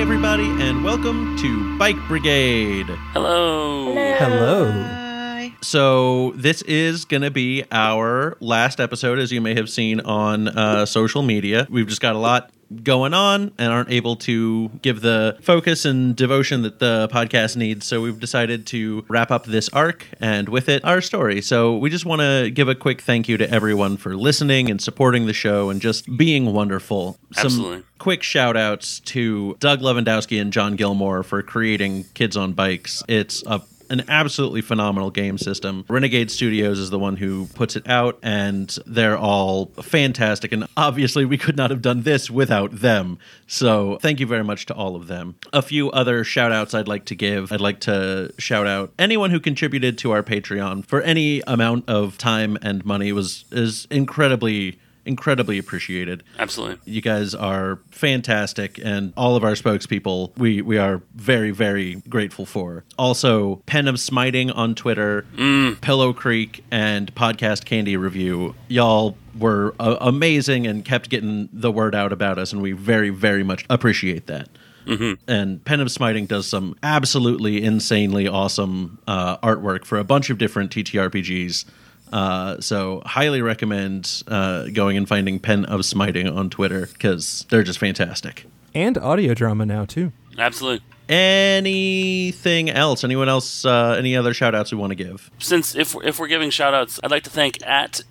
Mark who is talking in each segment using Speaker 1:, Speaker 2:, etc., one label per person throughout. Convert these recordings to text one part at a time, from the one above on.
Speaker 1: everybody, and welcome to Bike Brigade.
Speaker 2: Hello.
Speaker 3: Hello.
Speaker 1: So, this is going to be our last episode, as you may have seen on uh, social media. We've just got a lot going on and aren't able to give the focus and devotion that the podcast needs. So, we've decided to wrap up this arc and with it, our story. So, we just want to give a quick thank you to everyone for listening and supporting the show and just being wonderful. Some
Speaker 2: Absolutely.
Speaker 1: quick shout outs to Doug Lewandowski and John Gilmore for creating Kids on Bikes. It's a an absolutely phenomenal game system. Renegade Studios is the one who puts it out, and they're all fantastic. And obviously, we could not have done this without them. So, thank you very much to all of them. A few other shout outs I'd like to give. I'd like to shout out anyone who contributed to our Patreon for any amount of time and money was is incredibly incredibly appreciated.
Speaker 2: Absolutely.
Speaker 1: You guys are fantastic, and all of our spokespeople, we we are very very grateful for. Also, Pen of Smiting on Twitter, Pillow Creek, and Podcast Candy Review. Y'all were uh, amazing and kept getting the word out about us, and we very very much appreciate that. And Pen of Smiting does some absolutely insanely awesome uh, artwork for a bunch of different TTRPGs. Uh, so highly recommend uh, going and finding Pen of Smiting on Twitter because they're just fantastic.
Speaker 3: And audio drama now too.
Speaker 2: Absolutely.
Speaker 1: Anything else? Anyone else? Uh, any other shout outs we want to give?
Speaker 2: Since if we're, if we're giving shout outs, I'd like to thank at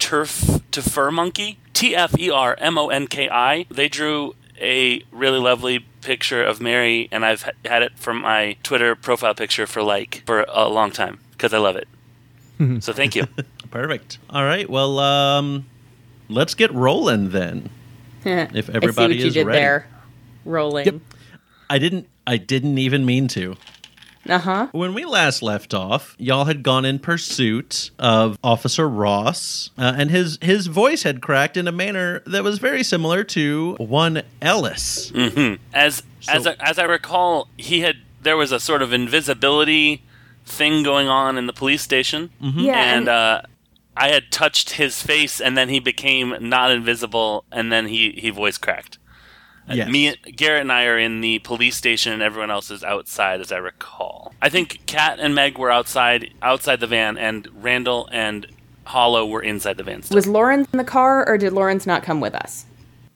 Speaker 2: Turf to Fur Monkey, T F E R M O N K I. They drew a really lovely picture of Mary, and I've h- had it from my Twitter profile picture for like for a long time because I love it. so thank you.
Speaker 1: Perfect. All right. Well, um, let's get rolling then.
Speaker 4: if I see what
Speaker 1: everybody
Speaker 4: you
Speaker 1: is
Speaker 4: did
Speaker 1: ready.
Speaker 4: there, rolling.
Speaker 3: Yep.
Speaker 1: I didn't. I didn't even mean to.
Speaker 4: Uh huh.
Speaker 1: When we last left off, y'all had gone in pursuit of Officer Ross, uh, and his his voice had cracked in a manner that was very similar to one Ellis.
Speaker 2: Mm, As
Speaker 1: Hmm.
Speaker 2: as
Speaker 1: So-
Speaker 2: I, as I recall, he had there was a sort of invisibility thing going on in the police station.
Speaker 1: Mm-hmm.
Speaker 5: Yeah,
Speaker 2: and uh, I had touched his face, and then he became not invisible, and then he he voice cracked. Uh,
Speaker 1: Yes.
Speaker 2: Me, Garrett, and I are in the police station, and everyone else is outside, as I recall. I think Kat and Meg were outside outside the van, and Randall and Hollow were inside the van. Still.
Speaker 4: Was Lawrence in the car, or did Lawrence not come with us?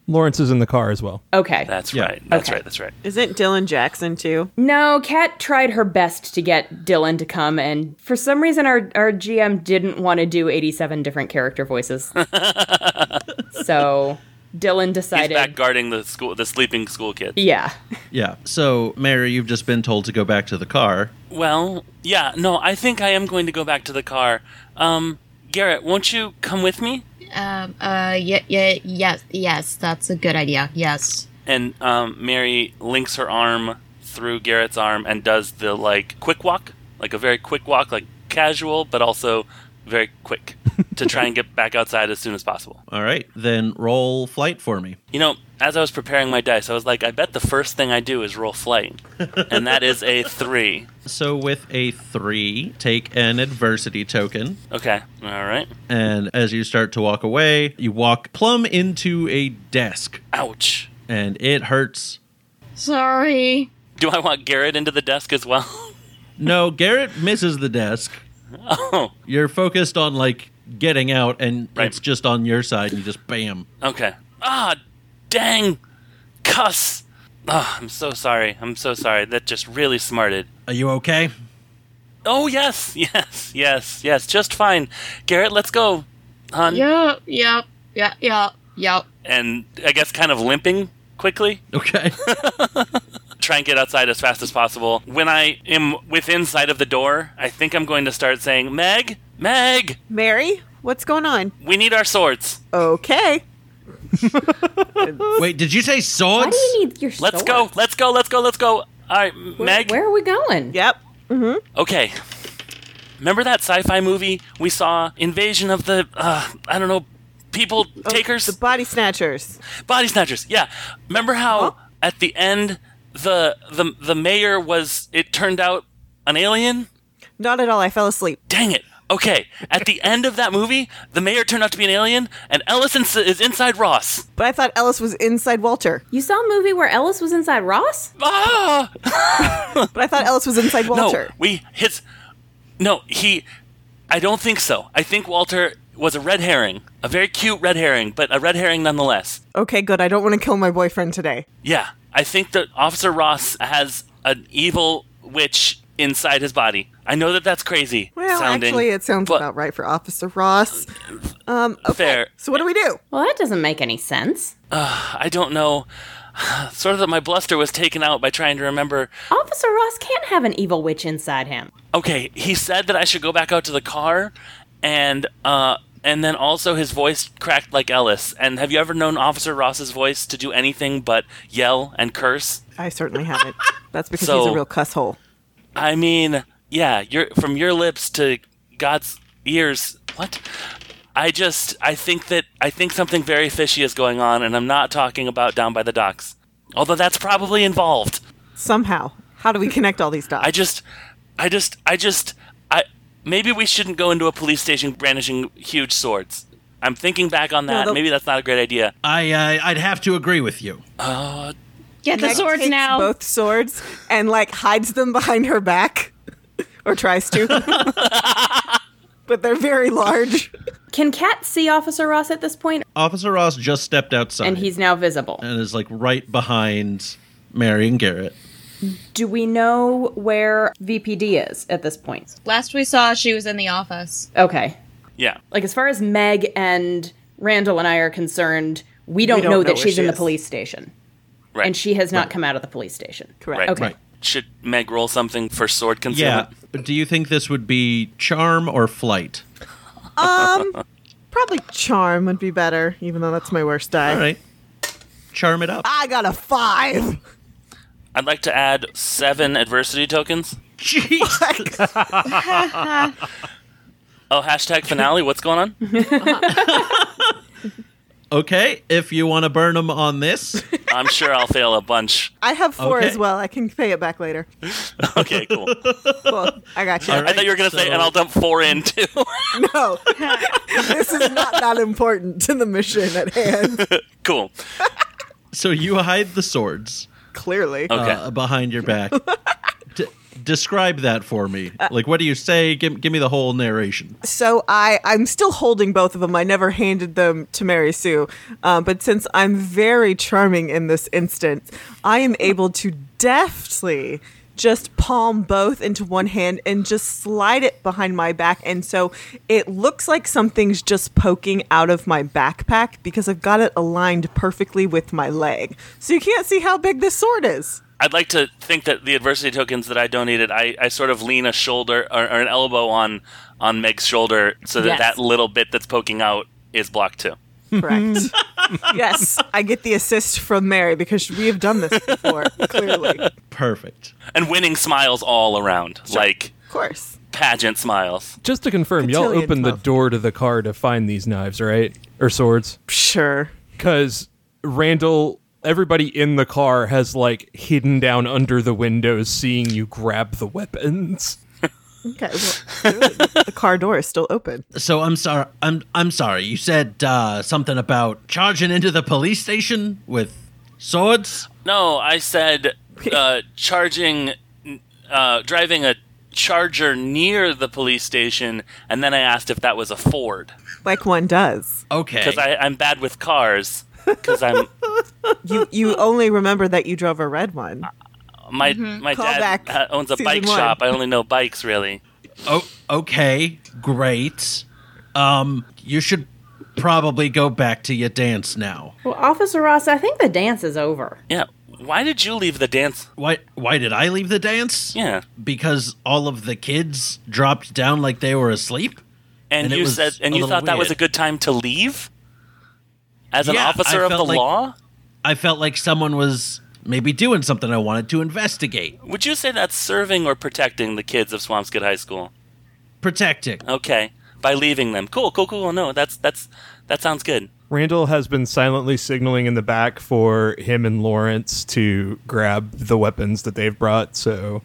Speaker 3: Lawrence is in the car as well.
Speaker 4: Okay.
Speaker 2: That's
Speaker 1: Yeah.
Speaker 2: right. That's
Speaker 4: Okay.
Speaker 2: right. That's right.
Speaker 5: Isn't Dylan Jackson too?
Speaker 4: no, Kat tried her best to get Dylan to come, and for some reason, our our GM didn't want to do eighty-seven different character voices. so Dylan
Speaker 2: He's
Speaker 4: decided.
Speaker 2: back guarding the school, the sleeping school kid.
Speaker 4: yeah.
Speaker 1: Yeah. So, Mary, you've just been told to go back to the car.
Speaker 2: Well, yeah, no, I think I am going to go back to the car. Um, Garrett, won't you come with me?
Speaker 6: Um, uh, yeah, yeah, yes, yes, that's a good idea. Yes.
Speaker 2: and um, Mary links her arm through Garrett's arm and does the like quick walk, like a very quick walk, like casual but also very quick to try and get back outside as soon as possible.
Speaker 1: All right, then roll flight for me.
Speaker 2: You know, as I was preparing my dice, I was like, I bet the first thing I do is roll flight, and that is a three.
Speaker 1: So, with a three, take an adversity token.
Speaker 2: Okay, all right.
Speaker 1: And as you start to walk away, you walk plumb into a desk,
Speaker 2: Ouch.
Speaker 1: and it hurts.
Speaker 6: Sorry.
Speaker 2: Do I want Garrett into the desk as well?
Speaker 1: No, Garrett misses the desk.
Speaker 2: oh,
Speaker 1: You're focused on like getting out, and
Speaker 2: Right.
Speaker 1: it's just on your side, and you just bam.
Speaker 2: okay. Ah, dang, cuss. Ah, I'm so sorry. I'm so sorry. That just really smarted.
Speaker 1: Are you okay?
Speaker 2: Oh yes, yes, yes, yes, just fine. Garrett, let's go, hon.
Speaker 6: Yeah, yeah, yeah, yeah, yeah.
Speaker 2: And I guess kind of limping quickly.
Speaker 1: Okay.
Speaker 2: Try and get outside as fast as possible. When I am within sight of the door, I think I'm going to start saying, "Meg, Meg,
Speaker 5: Mary, what's going on?
Speaker 2: we need our swords.
Speaker 5: Okay.
Speaker 1: Wait, did you say
Speaker 4: Why
Speaker 1: swords?
Speaker 4: do you need your?
Speaker 2: Let's
Speaker 4: sword?
Speaker 2: go, let's go, let's go, let's go." All right,
Speaker 4: Where,
Speaker 2: Meg.
Speaker 4: where are we going?
Speaker 5: Yep.
Speaker 2: Okay. Remember that sci-fi movie we saw, Invasion of the uh, I don't know, people
Speaker 5: Oh,
Speaker 2: takers.
Speaker 5: The body snatchers.
Speaker 2: body snatchers. Yeah. Remember how at the end the the the mayor was it turned out an alien?
Speaker 5: Not at all. I fell asleep.
Speaker 2: Dang it. Okay, at the end of that movie, the mayor turned out to be an alien, and Ellis ins- is inside Ross.
Speaker 5: But I thought Ellis was inside Walter.
Speaker 4: You saw a movie where Ellis was inside Ross?
Speaker 2: Ah!
Speaker 5: But I thought Ellis was inside Walter.
Speaker 2: No, we his. No, he. I don't think so. I think Walter was a red herring, a very cute red herring, but a red herring nonetheless.
Speaker 5: Okay, good. I don't want to kill my boyfriend today.
Speaker 2: Yeah, I think that Officer Ross has an evil witch inside his body. I know that that's crazy.
Speaker 5: Well,
Speaker 2: sounding,
Speaker 5: actually, it sounds
Speaker 2: but
Speaker 5: about right for Officer Ross. Um, okay.
Speaker 2: fair.
Speaker 5: So what do we do?
Speaker 4: Well, that doesn't make any sense.
Speaker 2: I don't know. Sort of that my bluster was taken out by trying to remember
Speaker 4: Officer Ross can't have an evil witch inside him.
Speaker 2: okay he said that i should go back out to the car and uh and then also his voice cracked like ellis and have you ever known officer ross's voice to do anything but yell and curse
Speaker 5: I certainly haven't. That's because he's
Speaker 2: So-
Speaker 5: a real cuss hole.
Speaker 2: i mean yeah your from your lips to god's ears what i just i think that i think something very fishy is going on and i'm not talking about down by the docks although that's probably involved
Speaker 5: Somehow. How do we connect all these dots?
Speaker 2: I just, I just, I just, I maybe we shouldn't go into a police station brandishing huge swords. I'm thinking back on that.
Speaker 5: the-
Speaker 2: maybe that's not a great idea.
Speaker 1: I uh, I'd have to agree with you.
Speaker 6: Get the
Speaker 5: Meg
Speaker 6: swords
Speaker 5: takes
Speaker 6: now.
Speaker 5: Both swords and like hides them behind her back, or tries to. but they're very large.
Speaker 4: Can Kat see Officer Ross at this point?
Speaker 1: Officer Ross just stepped outside
Speaker 4: And he's now visible.
Speaker 1: and is like right behind Mary and Garrett.
Speaker 4: Do we know where VPD is at this point?
Speaker 6: Last we saw, she was in the office.
Speaker 4: Okay.
Speaker 2: Yeah,
Speaker 4: Like, as far as Meg and Randall and I are concerned, we don't,
Speaker 5: don't
Speaker 4: know,
Speaker 5: know
Speaker 4: that
Speaker 5: where
Speaker 4: she's
Speaker 5: she
Speaker 4: in the
Speaker 5: is.
Speaker 4: police station.
Speaker 2: right.
Speaker 4: And she has not come out of the police station.
Speaker 5: Correct.
Speaker 2: Right.
Speaker 4: Okay.
Speaker 1: Right.
Speaker 2: Should Meg roll something for sword
Speaker 1: Yeah.
Speaker 2: concealment?
Speaker 1: Do you think this would be charm or flight?
Speaker 5: Um, probably charm would be better, even though that's my worst die.
Speaker 1: All right. Charm it up.
Speaker 4: Ah,
Speaker 5: I got a five.
Speaker 2: I'd like to add seven adversity tokens.
Speaker 1: Jeez.
Speaker 2: Oh, hashtag finale. What's going on?
Speaker 1: Okay, if you want to burn them on this,
Speaker 2: I'm sure I'll fail a bunch.
Speaker 5: I have four
Speaker 1: Okay.
Speaker 5: as well. I can pay it back later.
Speaker 2: Okay, cool.
Speaker 5: Well, I got you.
Speaker 2: I thought you were gonna say, and I'll dump four in too.
Speaker 5: No, this is not that important to the mission at hand.
Speaker 2: cool.
Speaker 1: so you hide the swords
Speaker 5: Clearly,
Speaker 2: Okay.
Speaker 1: uh, behind your back. D- describe that for me. Like, what do you say? Give, give me the whole narration.
Speaker 5: so I I'm still holding both of them. I never handed them to Mary Sue, um, but since I'm very charming in this instance, I am able to deftly just palm both into one hand and just slide it behind my back and so it looks like something's just poking out of my backpack because I've got it aligned perfectly with my leg. So you can't see how big this sword is.
Speaker 2: I'd like to think that the adversity tokens that I donated, I, I sort of lean a shoulder or, or an elbow on on Meg's shoulder so that
Speaker 4: Yes.
Speaker 2: that little bit that's poking out is blocked too.
Speaker 5: Correct. yes, I get the assist from Mary because we have done this before, clearly. Of
Speaker 1: Perfect.
Speaker 2: And winning smiles all around, like
Speaker 5: course.
Speaker 2: pageant smiles.
Speaker 3: Just to confirm, y'all
Speaker 5: Cotillion
Speaker 3: opened the
Speaker 5: stuff.
Speaker 3: door to the car to find these knives, right? Or swords?
Speaker 5: Sure.
Speaker 3: Because Randall, everybody in the car has like hidden down under the windows, seeing you grab the weapons.
Speaker 5: Okay. Well, clearly the the car door is still open.
Speaker 1: So I'm sorry. I'm I'm sorry. You said uh, something about charging into the police station with swords.
Speaker 2: No, I said uh, charging, uh, driving a charger near the police station, and then I asked if that was a Ford
Speaker 5: Like one does.
Speaker 1: Okay.
Speaker 2: because I'm bad with cars. Because I'm
Speaker 5: You you only remember that you drove a red one.
Speaker 2: my my
Speaker 5: Mm-hmm. Call
Speaker 2: dad
Speaker 5: back.
Speaker 2: uh, owns a
Speaker 5: Season
Speaker 2: bike
Speaker 5: one.
Speaker 2: shop. I only know bikes really.
Speaker 1: oh, okay. Great. Um, you should probably go back to your dance now.
Speaker 4: Well, Officer Ross, I think the dance is over.
Speaker 2: Yeah. Why did you leave the dance?
Speaker 1: Why? Why did I leave the dance?
Speaker 2: Yeah.
Speaker 1: because all of the kids dropped down like they were asleep.
Speaker 2: And,
Speaker 1: And it
Speaker 2: you
Speaker 1: was
Speaker 2: said, and
Speaker 1: a
Speaker 2: you
Speaker 1: little
Speaker 2: thought that was a
Speaker 1: weird.
Speaker 2: good time to leave, as an
Speaker 1: Yeah,
Speaker 2: officer
Speaker 1: I
Speaker 2: of the
Speaker 1: felt like-
Speaker 2: law.
Speaker 1: I felt like someone was maybe doing something I wanted to investigate.
Speaker 2: Would you say that's serving or protecting the kids of Swampskid High School?
Speaker 1: Protecting.
Speaker 2: Okay, by leaving them. Cool, cool, cool. No, that's that's that sounds good.
Speaker 3: Randall has been silently signaling in the back for him and Lawrence to grab the weapons that they've brought. So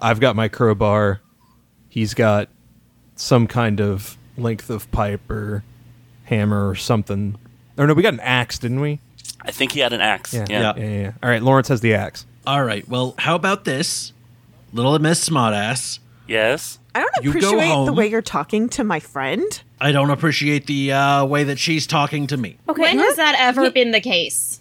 Speaker 3: I've got my crowbar. He's got some kind of length of pipe or hammer or something. Or no, we got an axe, didn't we?
Speaker 2: I think he had an axe. Yeah.
Speaker 3: yeah, yeah, yeah. All right, Lawrence has the axe.
Speaker 1: All right. Well, how about this, little Miss Smartass?
Speaker 2: Yes.
Speaker 5: I don't
Speaker 1: You go
Speaker 5: appreciate the
Speaker 1: home.
Speaker 5: way you're talking to my friend.
Speaker 1: I don't appreciate the uh, way that she's talking to me.
Speaker 4: Okay.
Speaker 6: When
Speaker 4: you're-
Speaker 6: has that ever been the case?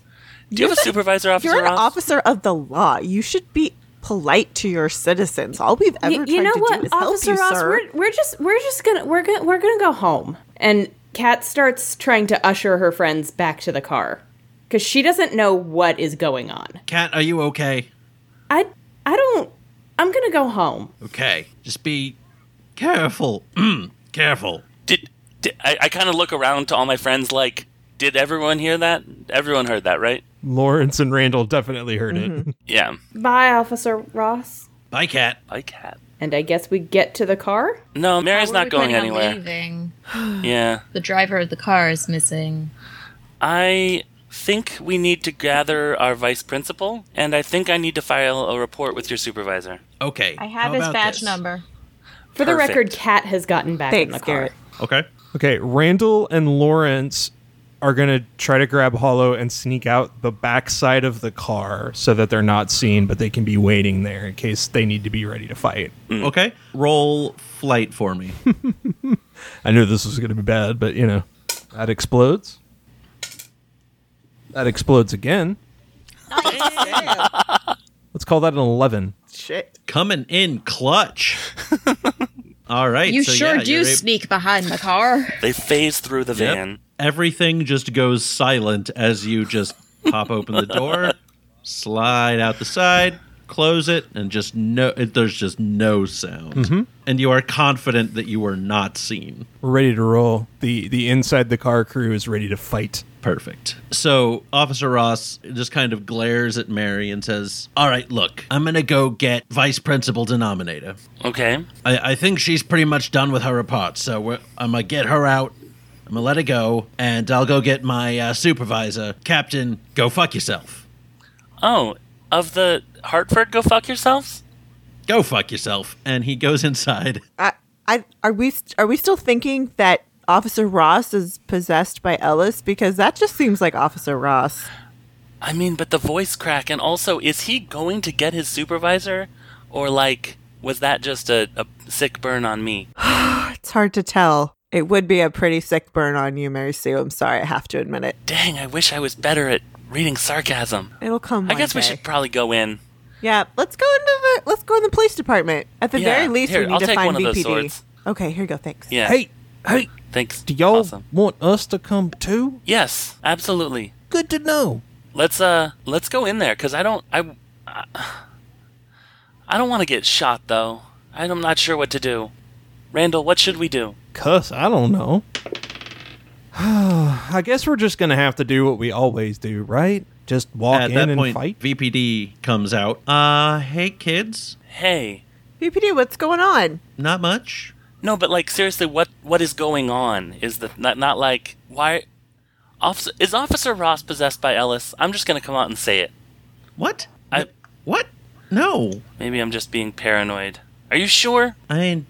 Speaker 2: Do you have a supervisor officer?
Speaker 5: You're an
Speaker 2: Ross?
Speaker 5: officer of the law. You should be polite to your citizens. All we've ever
Speaker 4: Y-
Speaker 5: tried to do is
Speaker 4: Officer
Speaker 5: help you,
Speaker 4: Ross,
Speaker 5: sir.
Speaker 4: We're, we're just we're just gonna we're gonna we're gonna go home. And Kat starts trying to usher her friends back to the car because she doesn't know what is going on.
Speaker 1: Cat, are you okay?
Speaker 4: I I don't. I'm gonna go home.
Speaker 1: Okay. Just be careful. Mm, careful.
Speaker 2: Did, did I, I kind of look around to all my friends like, did everyone hear that? Everyone heard that, right?
Speaker 3: Lawrence and Randall definitely heard it.
Speaker 2: Yeah.
Speaker 4: Bye, Officer Ross.
Speaker 1: Bye, Cat.
Speaker 2: I cat.
Speaker 4: And I guess we get to the car.
Speaker 2: No, Mary's
Speaker 6: Where
Speaker 2: not
Speaker 6: are we
Speaker 2: going
Speaker 6: planning on
Speaker 2: anywhere.
Speaker 6: leaving?
Speaker 2: Yeah.
Speaker 6: The driver of the car is missing.
Speaker 2: I think we need to gather our vice principal, and I think I need to file a report with your supervisor.
Speaker 1: Okay.
Speaker 6: I have
Speaker 1: how
Speaker 6: his
Speaker 1: about
Speaker 6: badge
Speaker 1: this?
Speaker 6: number.
Speaker 4: For the
Speaker 2: Perfect.
Speaker 4: record, Kat has gotten back in
Speaker 5: Thanks,
Speaker 4: the car.
Speaker 5: Garrett.
Speaker 1: Okay.
Speaker 3: Okay, Randall and Lawrence are gonna try to grab Hollow and sneak out the backside of the car so that they're not seen, but they can be waiting there in case they need to be ready to fight.
Speaker 1: Okay. Roll flight for me.
Speaker 3: I knew this was going to be bad, but you know, that explodes. That explodes again. Let's call that an 11.
Speaker 5: Shit.
Speaker 1: Coming in clutch. All right.
Speaker 6: You
Speaker 1: so
Speaker 6: sure
Speaker 1: yeah,
Speaker 6: do
Speaker 1: you're ab-
Speaker 6: sneak behind the car.
Speaker 2: They phase through the
Speaker 1: Yep.
Speaker 2: van.
Speaker 1: Everything just goes silent as you just pop open the door, slide out the side, close it, and just no. it- There's just no sound, and you are confident that you were not seen.
Speaker 3: We're ready to roll. The the inside the car crew is ready to fight.
Speaker 1: Perfect. So Officer Ross just kind of glares at Mary and says, "All right, look, I'm gonna go get Vice Principal Denominator.
Speaker 2: Okay.
Speaker 1: I, I think she's pretty much done with her report, so we're, I'm gonna get her out." I'm gonna let her go, and I'll go get my uh, supervisor, Captain. Go fuck yourself.
Speaker 2: Oh, of the Hartford, go fuck yourselves?
Speaker 1: go fuck yourself. And he goes inside.
Speaker 5: I, I, are we st- are we still thinking that Officer Ross is possessed by Ellis? Because that just seems like Officer Ross.
Speaker 2: I mean, but the voice crack, and also, is he going to get his supervisor? Or, like, was that just a, a sick burn on me?
Speaker 5: It's hard to tell. It would be a pretty sick burn on you, Mary Sue. I'm sorry, I have to admit it.
Speaker 2: Dang, I wish I was better at reading sarcasm.
Speaker 5: It'll come.
Speaker 2: I guess we should probably go in.
Speaker 5: Yeah, let's go into the let's go in the police department. At the
Speaker 2: Yeah,
Speaker 5: very least,
Speaker 2: here,
Speaker 5: we need
Speaker 2: I'll
Speaker 5: to
Speaker 2: take
Speaker 5: find
Speaker 2: one of those
Speaker 5: BPD.
Speaker 2: swords.
Speaker 5: Okay, here you go. Thanks.
Speaker 2: Yeah.
Speaker 3: Hey, hey,
Speaker 2: Thanks.
Speaker 3: do y'all
Speaker 2: Awesome.
Speaker 3: want us to come too?
Speaker 2: Yes, absolutely.
Speaker 3: Good to know.
Speaker 2: Let's uh let's go in there cuz I don't I I don't want to get shot though. I'm not sure what to do. Randall, what should we do?
Speaker 3: Cuss, I don't know. I guess we're just going to have to do what we always do, right? Just walk
Speaker 1: At
Speaker 3: in
Speaker 1: that
Speaker 3: and
Speaker 1: point,
Speaker 3: fight.
Speaker 1: VPD comes out. Uh, hey kids,
Speaker 2: Hey.
Speaker 5: BPD, what's going on?
Speaker 1: not much.
Speaker 2: No, but like seriously, what what is going on? Is the not not like why Officer is Officer Ross possessed by Ellis? I'm just going to come out and say it.
Speaker 1: What?
Speaker 2: I-
Speaker 1: what? No,
Speaker 2: Maybe I'm just being paranoid. Are you sure?
Speaker 1: I'm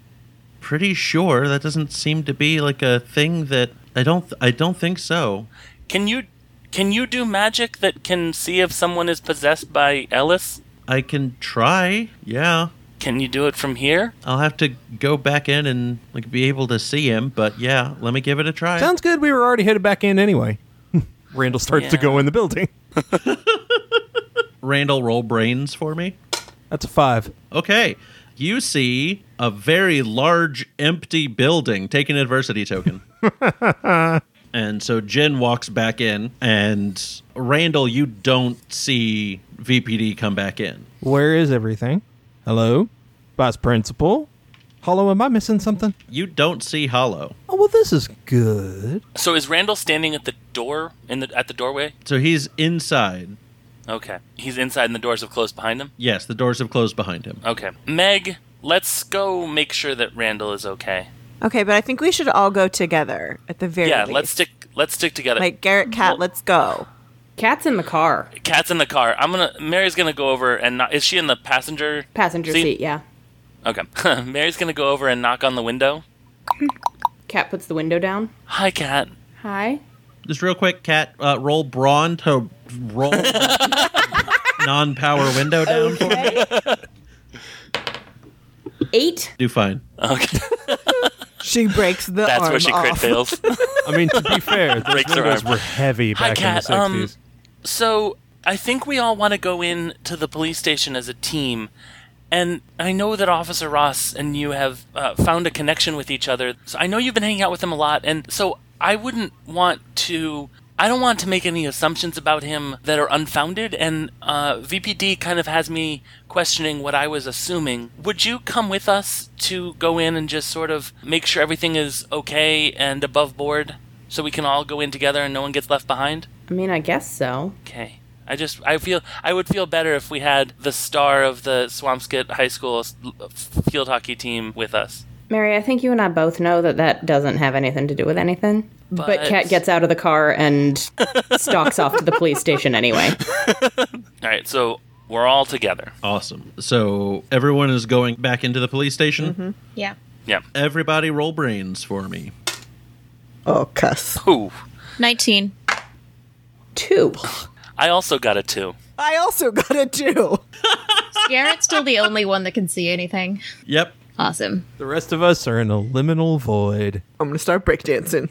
Speaker 1: pretty sure that doesn't seem to be like a thing that I don't. I don't think so.
Speaker 2: Can you can you do magic that can see if someone is possessed by Ellis?
Speaker 1: I can try. Yeah,
Speaker 2: Can you do it from here?
Speaker 1: I'll have to go back in and like be able to see him. But yeah, let me give it a try.
Speaker 3: Sounds good. We were already headed back in anyway. Randall starts to
Speaker 2: Yeah.
Speaker 3: go in the building.
Speaker 1: Randall, roll brains for me.
Speaker 3: That's a five.
Speaker 1: Okay. You see a very large empty building. Take an adversity token. and so Jen walks back in, and Randall, you don't see VPD come back in.
Speaker 3: Where is everything? Hello? Vice Principal? Hollow, am I missing something?
Speaker 1: You don't see Hollow.
Speaker 3: Oh, well, this is good.
Speaker 2: So is Randall standing at the door in the at the doorway?
Speaker 1: So he's inside.
Speaker 2: Okay. He's inside and the doors have closed behind him?
Speaker 1: Yes, the doors have closed behind him.
Speaker 2: Okay. Meg, let's go make sure that Randall is okay.
Speaker 5: Okay, but I think we should all go together at the very
Speaker 2: Yeah,
Speaker 5: least.
Speaker 2: let's stick let's stick together.
Speaker 5: Like Garrett, Cat, let's go.
Speaker 4: Cat's in the car.
Speaker 2: Cat's in the car. I'm gonna Mary's gonna go over and not, is she in the passenger
Speaker 4: Passenger
Speaker 2: See?
Speaker 4: seat. Yeah.
Speaker 2: Okay. Mary's gonna go over and knock on the window
Speaker 4: Cat puts the window down.
Speaker 2: Hi, cat.
Speaker 4: Hi.
Speaker 1: Just real quick, cat, uh, roll brawn to roll non-power window down. for me.
Speaker 4: Eight.
Speaker 1: Do fine.
Speaker 2: Okay,
Speaker 5: She breaks the
Speaker 2: that's
Speaker 5: arm
Speaker 2: where she crit
Speaker 5: off.
Speaker 2: fails.
Speaker 3: I mean, to be fair, those
Speaker 2: Breaks her
Speaker 3: windows
Speaker 2: arm.
Speaker 3: were heavy
Speaker 2: Hi,
Speaker 3: back
Speaker 2: Kat,
Speaker 3: in the
Speaker 2: um,
Speaker 3: 60s.
Speaker 2: So I think we all want to go in to the police station as a team, and I know that Officer Ross and you have uh, found a connection with each other. So I know you've been hanging out with him a lot, and so I wouldn't want to. I don't want to make any assumptions about him that are unfounded, and uh, VPD kind of has me questioning what I was assuming. Would you come with us to go in and just sort of make sure everything is okay and above board so we can all go in together and no one gets left behind?
Speaker 4: I mean, I guess so.
Speaker 2: Okay. I just I feel I would feel better if we had the star of the Swampskit High School s- f- field hockey team with us.
Speaker 4: Mary, I think you and I both know that that doesn't have anything to do with anything. But,
Speaker 2: But-
Speaker 4: Cat gets out of the car and stalks off to the police station anyway.
Speaker 2: All right, so we're all together.
Speaker 1: Awesome. So everyone is going back into the police station.
Speaker 6: Yeah.
Speaker 2: Yeah.
Speaker 1: Everybody roll brains for me.
Speaker 5: Oh, cuss.
Speaker 2: Ooh.
Speaker 6: 19.
Speaker 4: Two.
Speaker 2: I also got a 2.
Speaker 5: I also got a two.
Speaker 6: Garrett's still the only one that can see anything.
Speaker 1: Yep.
Speaker 6: Awesome.
Speaker 3: The rest of us are in a liminal void.
Speaker 5: I'm gonna start breakdancing.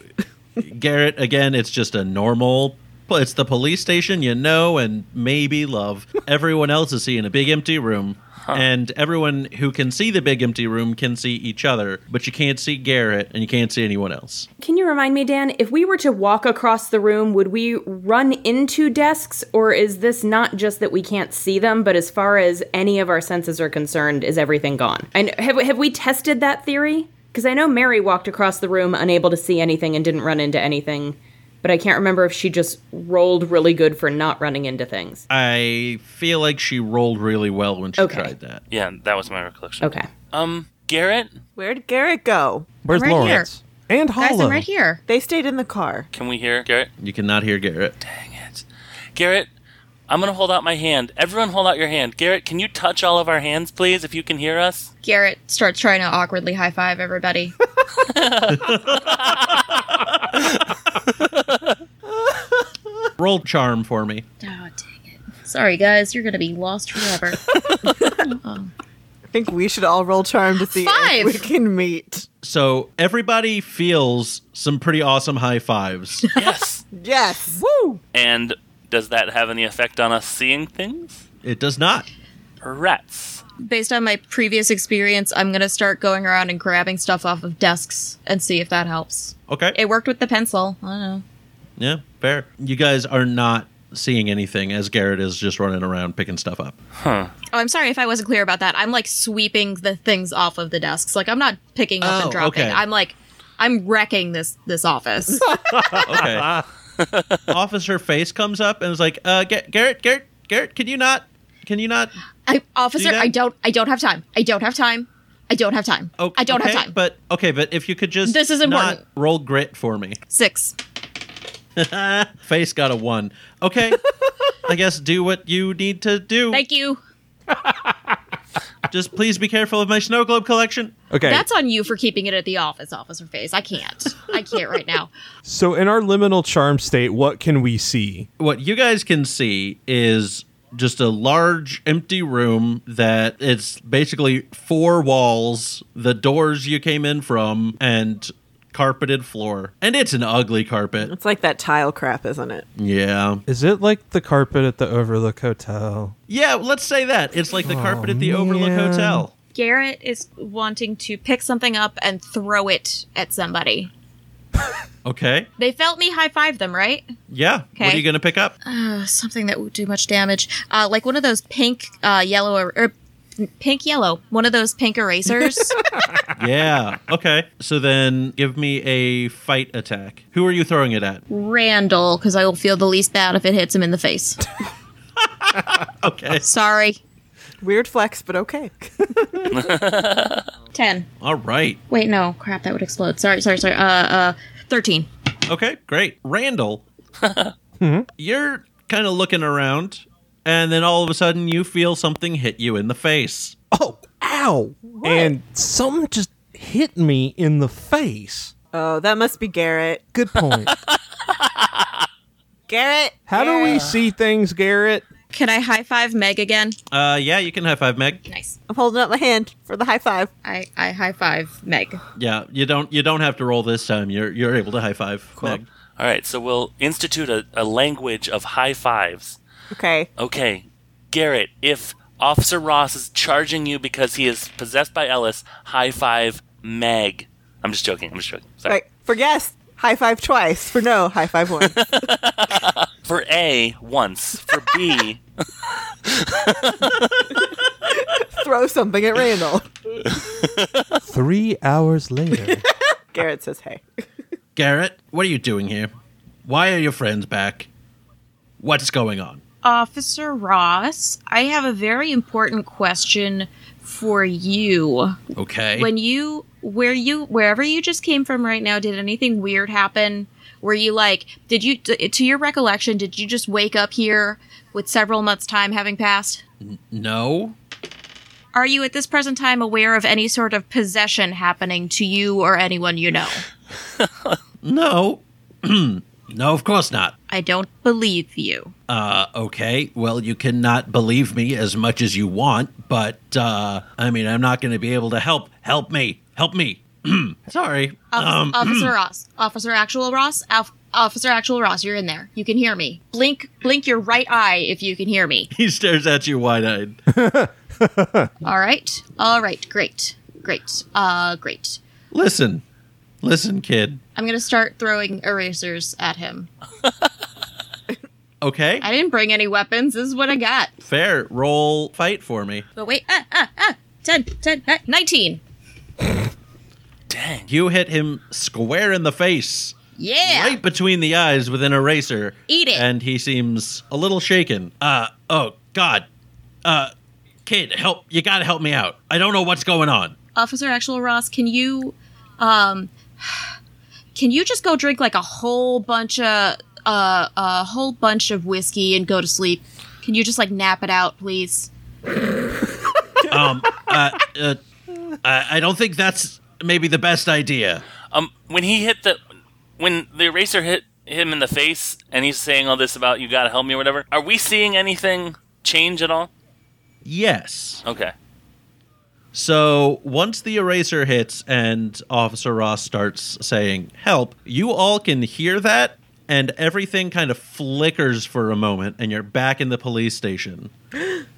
Speaker 1: Garrett, again, it's just a normal. It's the police station, you know, and maybe love. Everyone else is seeing a big empty room, and everyone who can see the big empty room can see each other, but you can't see Garrett and you can't see anyone else.
Speaker 4: Can you remind me, Dan, if we were to walk across the room, would we run into desks, or is this not just that we can't see them, but as far as any of our senses are concerned, is everything gone? And have, have we tested that theory? Because I know Mary walked across the room unable to see anything and didn't run into anything, but I can't remember if she just rolled really good for not running into things.
Speaker 1: I feel like she rolled really well when she
Speaker 4: Okay.
Speaker 1: tried that.
Speaker 2: Yeah, that was my recollection.
Speaker 4: Okay.
Speaker 2: Um Garrett,
Speaker 5: Where'd Garrett go?
Speaker 3: Where's
Speaker 6: right here.
Speaker 3: Lawrence? And
Speaker 6: Guys,
Speaker 3: Hollow.
Speaker 6: I'm right here.
Speaker 5: They stayed in the car.
Speaker 2: can we hear Garrett?
Speaker 1: You cannot hear Garrett.
Speaker 2: Garrett, I'm going to hold out my hand. Everyone hold out your hand. Garrett, can you touch all of our hands please if you can hear us?
Speaker 6: Garrett starts trying to awkwardly high five everybody.
Speaker 1: Roll charm for me.
Speaker 6: Oh, dang it. Sorry, guys. You're going to be lost forever.
Speaker 5: I think we should all roll charm to see if
Speaker 6: Five.
Speaker 5: we can meet.
Speaker 1: So everybody feels some pretty awesome high fives.
Speaker 2: Yes.
Speaker 5: Yes. Woo.
Speaker 2: and does that have any effect on us seeing things?
Speaker 1: it does not.
Speaker 2: Rats.
Speaker 6: Based on my previous experience, I'm going to start going around and grabbing stuff off of desks and see if that helps.
Speaker 1: Okay.
Speaker 6: It worked with the pencil. I don't know.
Speaker 1: Yeah, fair. You guys are not seeing anything as Garrett is just running around picking stuff up.
Speaker 6: Oh, I'm sorry if I wasn't clear about that. I'm like sweeping the things off of the desks. Like I'm not picking up
Speaker 1: Oh,
Speaker 6: and dropping.
Speaker 1: okay.
Speaker 6: I'm like I'm wrecking this this office.
Speaker 1: Okay. Officer Face comes up and is like, uh, Ga- Garrett, Garrett, Garrett, can you not? Can you not?
Speaker 6: I, officer,
Speaker 1: Do that?
Speaker 6: I don't I don't have time. I don't have time. I don't have time.
Speaker 1: Oh,
Speaker 6: I don't
Speaker 1: okay,
Speaker 6: have time.
Speaker 1: But okay, but if you could just
Speaker 6: This is
Speaker 1: not
Speaker 6: important.
Speaker 1: roll grit for me.
Speaker 6: Six.
Speaker 1: Face got a one. Okay, I guess do what you need to do.
Speaker 6: Thank you.
Speaker 1: Just please be careful of my snow globe collection.
Speaker 3: Okay.
Speaker 6: That's on you for keeping it at the office, officer face. I can't. I can't right now.
Speaker 3: so in our liminal charm state, what can we see?
Speaker 1: what you guys can see is just a large empty room that it's basically four walls, the doors you came in from, and carpeted floor. And it's an ugly carpet.
Speaker 5: It's like that tile crap, isn't it?
Speaker 1: Yeah.
Speaker 3: Is it like the carpet at the Overlook Hotel?
Speaker 1: Yeah, let's say that. It's like the carpet at the Overlook
Speaker 3: man.
Speaker 1: Hotel.
Speaker 6: Garrett is wanting to pick something up and throw it at somebody.
Speaker 1: Okay.
Speaker 6: They felt me high five them, right?
Speaker 1: Yeah. What
Speaker 6: Okay.
Speaker 1: are you going to pick up?
Speaker 6: Uh, something that would do much damage. Uh, like one of those pink, uh, yellow, or, or pink, yellow. One of those pink erasers.
Speaker 1: yeah. Okay. So then give me a fight attack. Who are you throwing it at?
Speaker 6: Randall, because I will feel the least bad if it hits him in the face.
Speaker 1: Okay.
Speaker 6: Sorry.
Speaker 5: Weird flex, but okay.
Speaker 6: 10.
Speaker 1: All right.
Speaker 6: Wait, no. Crap, that would explode. Sorry, sorry, sorry. Uh, uh, 13.
Speaker 1: Okay, great. Randall,
Speaker 6: Mm-hmm.
Speaker 1: you're kind of looking around, and then all of a sudden you feel something hit you in the face.
Speaker 3: Oh, ow! And something just hit me in the face.
Speaker 5: Oh, that must be Garrett.
Speaker 3: Good point.
Speaker 5: Garrett.
Speaker 3: How do we see things, Garrett?
Speaker 6: Can I high five Meg again?
Speaker 1: Uh, yeah, you can high five Meg.
Speaker 6: Nice.
Speaker 5: I'm holding up my hand for the high five.
Speaker 6: I, I high five Meg.
Speaker 1: Yeah, you don't you don't have to roll this time. You're you're able to high five Meg.
Speaker 2: All right, so we'll institute a, a language of high fives.
Speaker 5: Okay.
Speaker 2: Okay, Garrett, if Officer Ross is charging you because he is possessed by Ellis, high five Meg. I'm just joking. I'm just joking. Sorry.
Speaker 5: Right. For yes, high five twice. For no, high five once.
Speaker 2: For A, once. For B,
Speaker 5: Throw something at Randall.
Speaker 3: Three hours later.
Speaker 5: Garrett says, hey.
Speaker 1: Garrett, what are you doing here? Why are your friends back? What's going on?
Speaker 6: Officer Ross, I have a very important question for you.
Speaker 1: Okay.
Speaker 6: When you where you wherever you just came from right now, did anything weird happen? Were you like did you t- to your recollection, did you just wake up here with several months time having passed?
Speaker 1: no.
Speaker 6: Are you at this present time aware of any sort of possession happening to you or anyone you know?
Speaker 1: No. no, of course not.
Speaker 6: I don't believe you.
Speaker 1: Uh, okay. Well, you cannot believe me as much as you want, but uh, I mean, I'm not going to be able to help. Help me. Help me. Sorry. Um,
Speaker 6: Officer, Officer Ross, Officer Actual Ross, Alf- Officer Actual Ross, you're in there. You can hear me. Blink, blink your right eye if you can hear me.
Speaker 1: He stares at you wide-eyed.
Speaker 6: All right, all right, great, great, uh, great.
Speaker 1: Listen. Listen, kid.
Speaker 6: I'm gonna start throwing erasers at him.
Speaker 1: Okay.
Speaker 6: I didn't bring any weapons. This is what I got.
Speaker 1: Fair. Roll fight for me.
Speaker 6: But wait, ah, ah, ah, 10, 10, ah, 19.
Speaker 2: dang.
Speaker 1: You hit him square in the face,
Speaker 6: Yeah.
Speaker 1: right between the eyes with an eraser.
Speaker 6: Eat it.
Speaker 1: And he seems a little shaken. Uh oh god. Uh kid, help you gotta help me out. I don't know what's going on.
Speaker 6: Officer Actual Ross, can you, um, can you just go drink like a whole bunch of uh, a whole bunch of whiskey and go to sleep? Can you just like nap it out, please?
Speaker 1: Um uh, uh I, I don't think that's maybe the best idea.
Speaker 2: Um, when he hit the, when the eraser hit him in the face, and he's saying all this about you gotta help me or whatever. Are we seeing anything change at all?
Speaker 1: Yes.
Speaker 2: Okay.
Speaker 1: So once the eraser hits and Officer Ross starts saying, Help, you all can hear that, and everything kind of flickers for a moment, and you're back in the police station.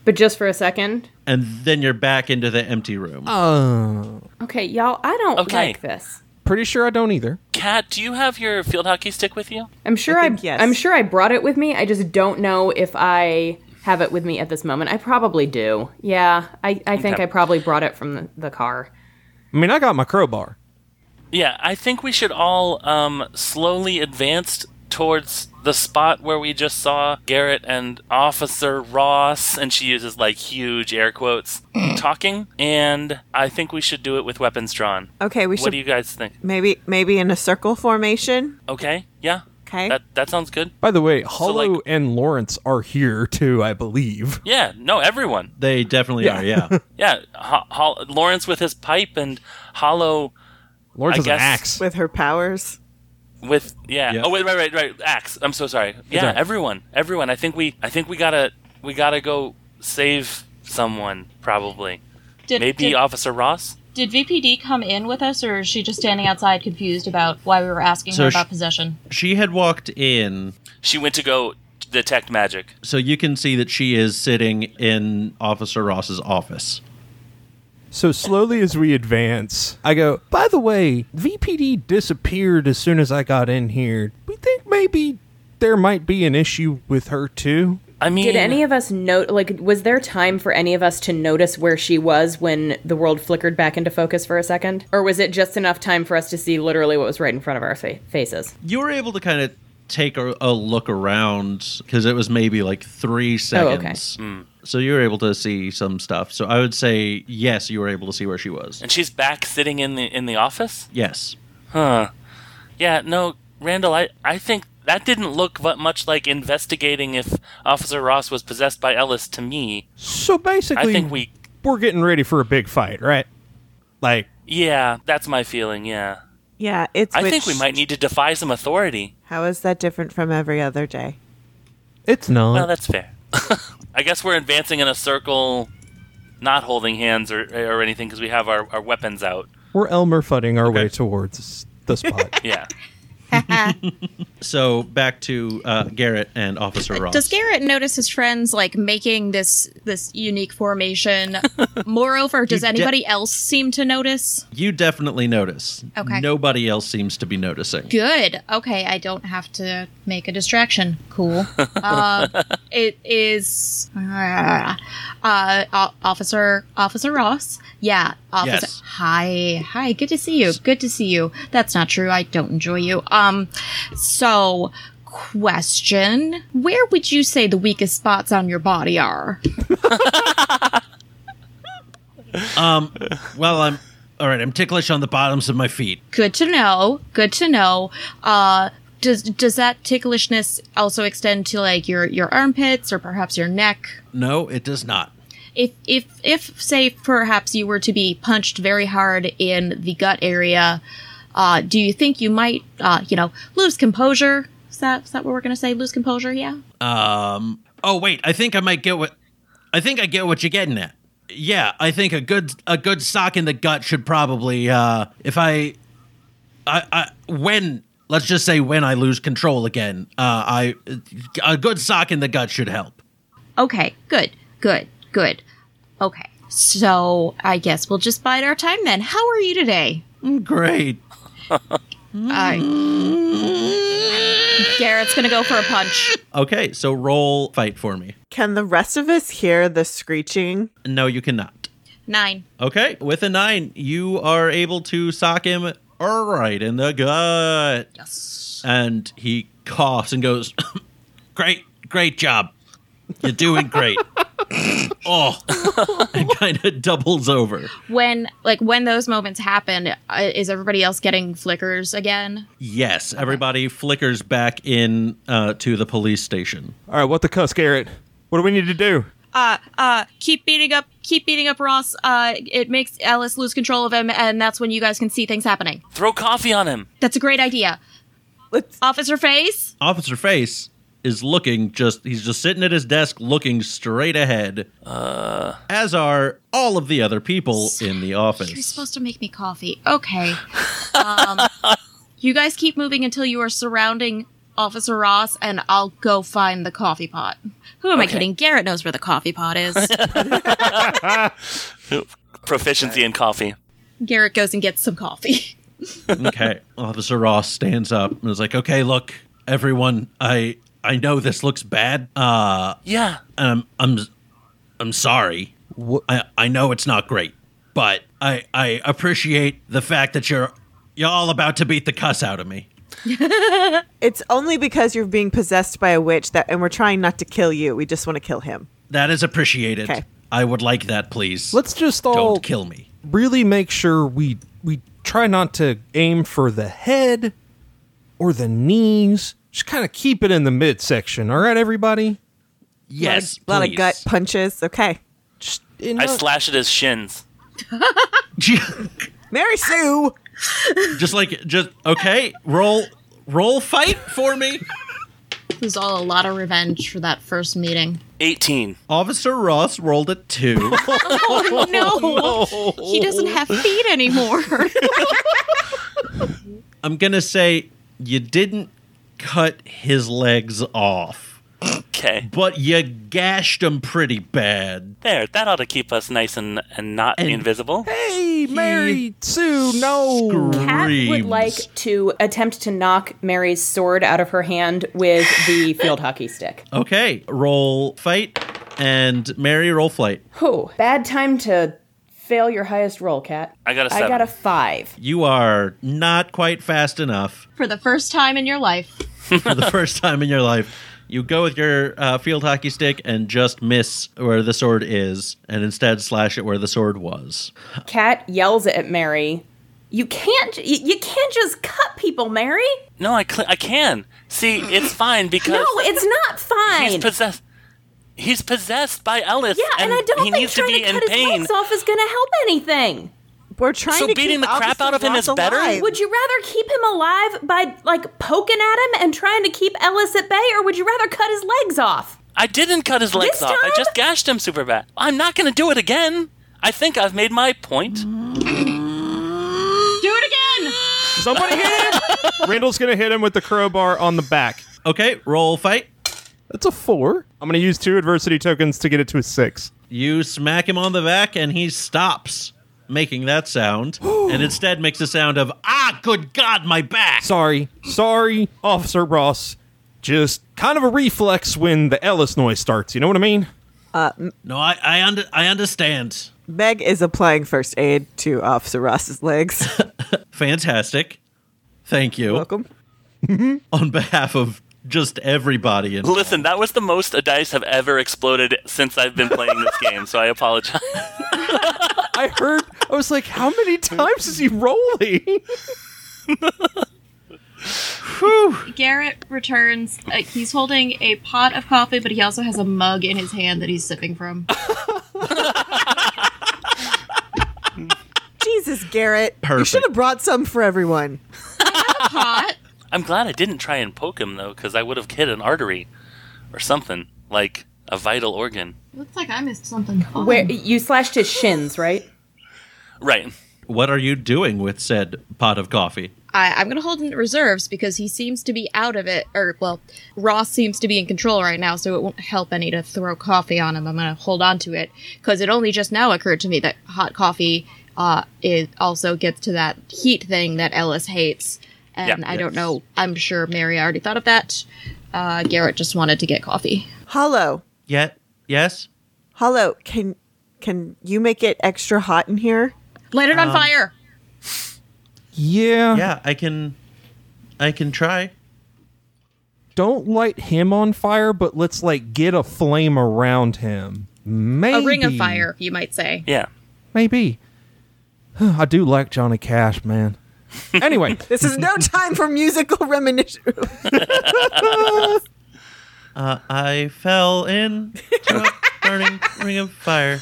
Speaker 4: But just for a second.
Speaker 1: And then you're back into the empty room.
Speaker 3: Oh.
Speaker 4: Okay, y'all, I don't
Speaker 2: Okay.
Speaker 4: like this.
Speaker 3: Pretty sure I don't either.
Speaker 2: Kat, do you have your field hockey stick with you?
Speaker 4: I'm sure I,
Speaker 5: think yes.
Speaker 4: I'm sure I brought it with me. I just don't know if I have it with me at this moment. I probably do. Yeah, I, I think
Speaker 2: Okay.
Speaker 4: I probably brought it from the, the car.
Speaker 3: I mean, I got my crowbar.
Speaker 2: Yeah, I think we should all um, slowly advance towards the spot where we just saw Garrett and Officer Ross, and she uses like huge air quotes, talking. And I think we should do it with weapons drawn.
Speaker 5: Okay, we
Speaker 2: What
Speaker 5: should
Speaker 2: do you guys think?
Speaker 5: maybe maybe in a circle formation.
Speaker 2: Okay, yeah.
Speaker 5: 'Kay.
Speaker 2: That, that sounds good.
Speaker 3: By the way, Hollow
Speaker 2: like-
Speaker 3: and Lawrence are here too, I believe.
Speaker 2: Yeah, no, everyone.
Speaker 1: they definitely
Speaker 3: Yeah.
Speaker 1: are, yeah.
Speaker 2: Yeah, Ho- Ho- Lawrence with his pipe and Hollow
Speaker 3: Lawrence
Speaker 2: I
Speaker 3: has an
Speaker 2: guess-
Speaker 3: axe.
Speaker 5: With her powers.
Speaker 2: with yeah.
Speaker 1: Yeah.
Speaker 2: Oh wait, right, right, right. Axe. I'm so sorry. Yeah,
Speaker 3: all right.
Speaker 2: everyone, everyone. I think we, I think we gotta, we gotta go save someone probably.
Speaker 6: Did,
Speaker 2: Maybe
Speaker 6: did,
Speaker 2: Officer Ross.
Speaker 6: did VPD come in with us, or is she just standing outside confused about why we were asking
Speaker 1: So
Speaker 6: her
Speaker 1: sh-
Speaker 6: about possession?
Speaker 1: she had walked in,
Speaker 2: She went to go detect magic.
Speaker 1: so you can see that she is sitting in Officer Ross's office.
Speaker 3: So slowly as we advance, I go, by the way, VPD disappeared as soon as I got in here. We think maybe there might be an issue with her too.
Speaker 2: I mean,
Speaker 4: Did any of us note? Like, was there time for any of us to notice where she was when the world flickered back into focus for a second, or was it just enough time for us to see literally what was right in front of our fa- faces?
Speaker 1: You were able to kind of take a, a look around because it was maybe like
Speaker 6: Oh,
Speaker 1: three
Speaker 4: okay.
Speaker 1: seconds. So you were able to see some stuff. So I would say yes, you were able to see where she was.
Speaker 2: and she's back sitting in the in the office.
Speaker 1: Yes.
Speaker 2: Huh. Yeah. No, Randall. I I think that didn't look vu- much like investigating if Officer Ross was possessed by Ellis to me.
Speaker 3: So basically,
Speaker 2: I think we.
Speaker 3: we're getting ready for a big fight, right? Like
Speaker 2: Yeah, that's my feeling. Yeah.
Speaker 5: Yeah, it's.
Speaker 2: I think
Speaker 5: which-
Speaker 2: we might need to defy some authority.
Speaker 5: How is that different from every other day?
Speaker 3: It's not.
Speaker 2: Well, Oh, that's fair. I guess we're advancing in a circle, not holding hands or, or anything because we have our, our weapons out.
Speaker 3: We're Elmer fudding our way towards the spot.
Speaker 2: Yeah.
Speaker 1: So back to uh, Garrett and Officer Ross.
Speaker 6: Does Garrett notice his friends like making this this unique formation? Moreover, does
Speaker 1: de-
Speaker 6: anybody else seem to notice?
Speaker 1: you definitely notice.
Speaker 6: Okay.
Speaker 1: Nobody else seems to be noticing.
Speaker 6: Good. Okay, I don't have to make a distraction. Cool. Uh, it is uh, uh, Officer Officer Ross. Yeah, Officer.
Speaker 1: Yes.
Speaker 6: Hi, hi. Good to see you. Good to see you. That's not true. I don't enjoy you. Um, so question: Where would you say the weakest spots on your body are?
Speaker 1: Um, well, I'm all right. I'm ticklish on the bottoms of my feet.
Speaker 6: Good to know. Good to know. Uh, does does that ticklishness also extend to like your your armpits or perhaps your neck?
Speaker 1: No, it does not.
Speaker 6: if if if say perhaps you were to be punched very hard in the gut area, uh, do you think you might uh, you know lose composure? Is that is that what we're gonna say? Lose composure? Yeah.
Speaker 1: Um. Oh wait, I think I might get what. I think I get what you're getting at. Yeah, I think a good a good sock in the gut should probably. Uh, if I, I, I when let's just say when I lose control again, uh, I a good sock in the gut should help.
Speaker 6: Okay. Good. Good. Good. Okay. So I guess we'll just bide our time then. How are you today?
Speaker 1: Great.
Speaker 6: Uh, Garrett's gonna go for a punch.
Speaker 1: Okay, so roll fight for me.
Speaker 5: Can the rest of us hear the screeching?
Speaker 1: No, you cannot.
Speaker 6: Nine.
Speaker 1: Okay, with a nine, you are able to sock him all right in the gut. Yes. And he coughs and goes, Great, great job. You're doing great. oh, and kind of doubles over.
Speaker 6: When like when those moments happen, uh, is everybody else getting flickers again?
Speaker 1: Yes, everybody flickers back in uh, to the police station.
Speaker 3: All right, what the cuss, Garrett? What do we need to do?
Speaker 6: uh, uh, keep beating up, keep beating up Ross. Uh, it makes Alice lose control of him, and that's when you guys can see things happening.
Speaker 2: Throw coffee on him.
Speaker 6: That's a great idea.
Speaker 5: Let's.
Speaker 6: Officer Face,
Speaker 1: Officer Face is looking just he's just sitting at his desk looking straight ahead. as are all of the other people in the office.
Speaker 6: you're supposed to make me coffee. Okay. Um, you guys keep moving until you are surrounding Officer Ross, and I'll go find the coffee pot. Who am I
Speaker 2: Okay.
Speaker 6: kidding? Garrett knows where the coffee pot is.
Speaker 2: Proficiency in coffee.
Speaker 6: Garrett goes and gets some coffee.
Speaker 1: okay. Officer Ross stands up and is like, "Okay, look, everyone, I I know this looks bad. Uh,
Speaker 2: Yeah.
Speaker 1: and I'm I'm I'm sorry. I I know it's not great, but I I appreciate the fact that you're you're all about to beat the cuss out of me.
Speaker 5: It's only because you're being possessed by a witch that, and we're trying not to kill you. We just want to kill him.
Speaker 1: That is appreciated.
Speaker 5: Okay.
Speaker 1: I would like that, please.
Speaker 3: Let's just all
Speaker 1: don't kill me.
Speaker 3: really make sure we we try not to aim for the head or the knees. Just kind of keep it in the midsection. All right, everybody.
Speaker 1: Yes,
Speaker 5: A lot of
Speaker 1: please.
Speaker 5: gut punches. Okay.
Speaker 3: Just in
Speaker 2: I slash at his shins.
Speaker 5: Mary Sue.
Speaker 1: just like just okay. Roll roll fight for me.
Speaker 6: There's all a lot of revenge for that first meeting.
Speaker 2: 18.
Speaker 1: Officer Ross rolled a two.
Speaker 6: Oh no, he doesn't have feet anymore.
Speaker 1: I'm gonna say you didn't cut his legs off,
Speaker 2: Okay.
Speaker 1: but you gashed him pretty bad.
Speaker 2: There. That ought to keep us nice and, and not
Speaker 1: And-
Speaker 2: invisible.
Speaker 3: hey, Mary Sue. No,
Speaker 4: Cat would
Speaker 1: Screams.
Speaker 4: like to attempt to knock Mary's sword out of her hand with the field hockey stick.
Speaker 1: Okay, roll fight and Mary roll flight.
Speaker 4: Oh, bad time to fail your highest roll, Cat.
Speaker 2: I got a
Speaker 4: I got
Speaker 2: seven.
Speaker 4: a five.
Speaker 1: You are not quite fast enough
Speaker 6: for the first time in your life.
Speaker 1: for the first time in your life. You go with your uh, field hockey stick and just miss where the sword is, and instead slash it where the sword was.
Speaker 4: Cat yells at Mary. You can't. You, you can't just cut people, Mary.
Speaker 2: No, I, cl- I can. See, it's fine because
Speaker 4: No, it's not fine.
Speaker 2: he's possessed. He's possessed by Ellis.
Speaker 4: yeah, and, I don't
Speaker 2: he
Speaker 4: think
Speaker 2: needs to
Speaker 4: trying
Speaker 2: be
Speaker 4: to
Speaker 2: in
Speaker 4: cut his
Speaker 2: pain.
Speaker 4: legs off is going to help anything.
Speaker 5: We're trying
Speaker 2: So
Speaker 5: to
Speaker 2: beating
Speaker 5: keep
Speaker 2: the crap
Speaker 5: Officer
Speaker 2: out of him
Speaker 5: Ross
Speaker 2: is better?
Speaker 5: alive.
Speaker 4: Would you rather keep him alive by like poking at him and trying to keep Ellis at bay, or would you rather cut his legs off?
Speaker 2: I didn't cut his legs
Speaker 4: This
Speaker 2: off. I
Speaker 4: time?
Speaker 2: just gashed him super bad. I'm not going to do it again. I think I've made my point.
Speaker 6: Do it again!
Speaker 3: Somebody hit him! Randall's gonna hit him with the crowbar on the back.
Speaker 1: Okay, roll fight.
Speaker 3: That's a four. I'm gonna use two adversity tokens to get it to a six.
Speaker 1: You smack him on the back, and he stops making that sound, and instead makes a sound of "Ah, good God, my back!"
Speaker 3: Sorry, sorry, Officer Ross. Just kind of a reflex when the Ellis noise starts. You know what I mean?
Speaker 1: no, I I, under, I understand.
Speaker 5: Meg is applying first aid to Officer Ross's legs.
Speaker 1: Fantastic, thank you
Speaker 5: Welcome.
Speaker 1: on behalf of just everybody. In-
Speaker 2: Listen, that was the most a dice have ever exploded since I've been playing this game, so I apologize.
Speaker 3: I heard. I was like, how many times is he rolling?
Speaker 6: Garrett returns. Uh, he's holding a pot of coffee, but he also has a mug in his hand that he's sipping from.
Speaker 5: Jesus, Garrett. You
Speaker 1: Perfect.
Speaker 5: should have brought some for everyone.
Speaker 6: Pot.
Speaker 2: I'm glad I didn't try and poke him, though, because I would have hit an artery or something, like a vital organ.
Speaker 6: Looks like I missed something. fun.
Speaker 4: Where you slashed his shins, right?
Speaker 2: Right.
Speaker 1: what are you doing with said pot of coffee?
Speaker 6: I, I'm gonna hold him to reserves because he seems to be out of it. Or well, Ross seems to be in control right now, so it won't help any to throw coffee on him. I'm gonna hold on to it because it only just now occurred to me that hot coffee uh, is also gets to that heat thing that Ellis hates, and
Speaker 2: Yeah.
Speaker 6: I don't know. I'm sure Mary already thought of that. Uh, Garrett just wanted to get coffee.
Speaker 5: Hollow.
Speaker 1: Yeah. Yes.
Speaker 5: Hollow, can can you make it extra hot in here?
Speaker 6: Light
Speaker 1: Um,
Speaker 6: it on fire.
Speaker 3: Yeah.
Speaker 1: Yeah, I can. I can try.
Speaker 3: Don't light him on fire, but let's like get a flame around him. Maybe
Speaker 6: A ring of fire, you might say.
Speaker 2: Yeah.
Speaker 3: Maybe. I do like Johnny Cash, man. Anyway,
Speaker 5: This is no time for musical reminiscence.
Speaker 1: Uh, I fell in to a burning ring of fire.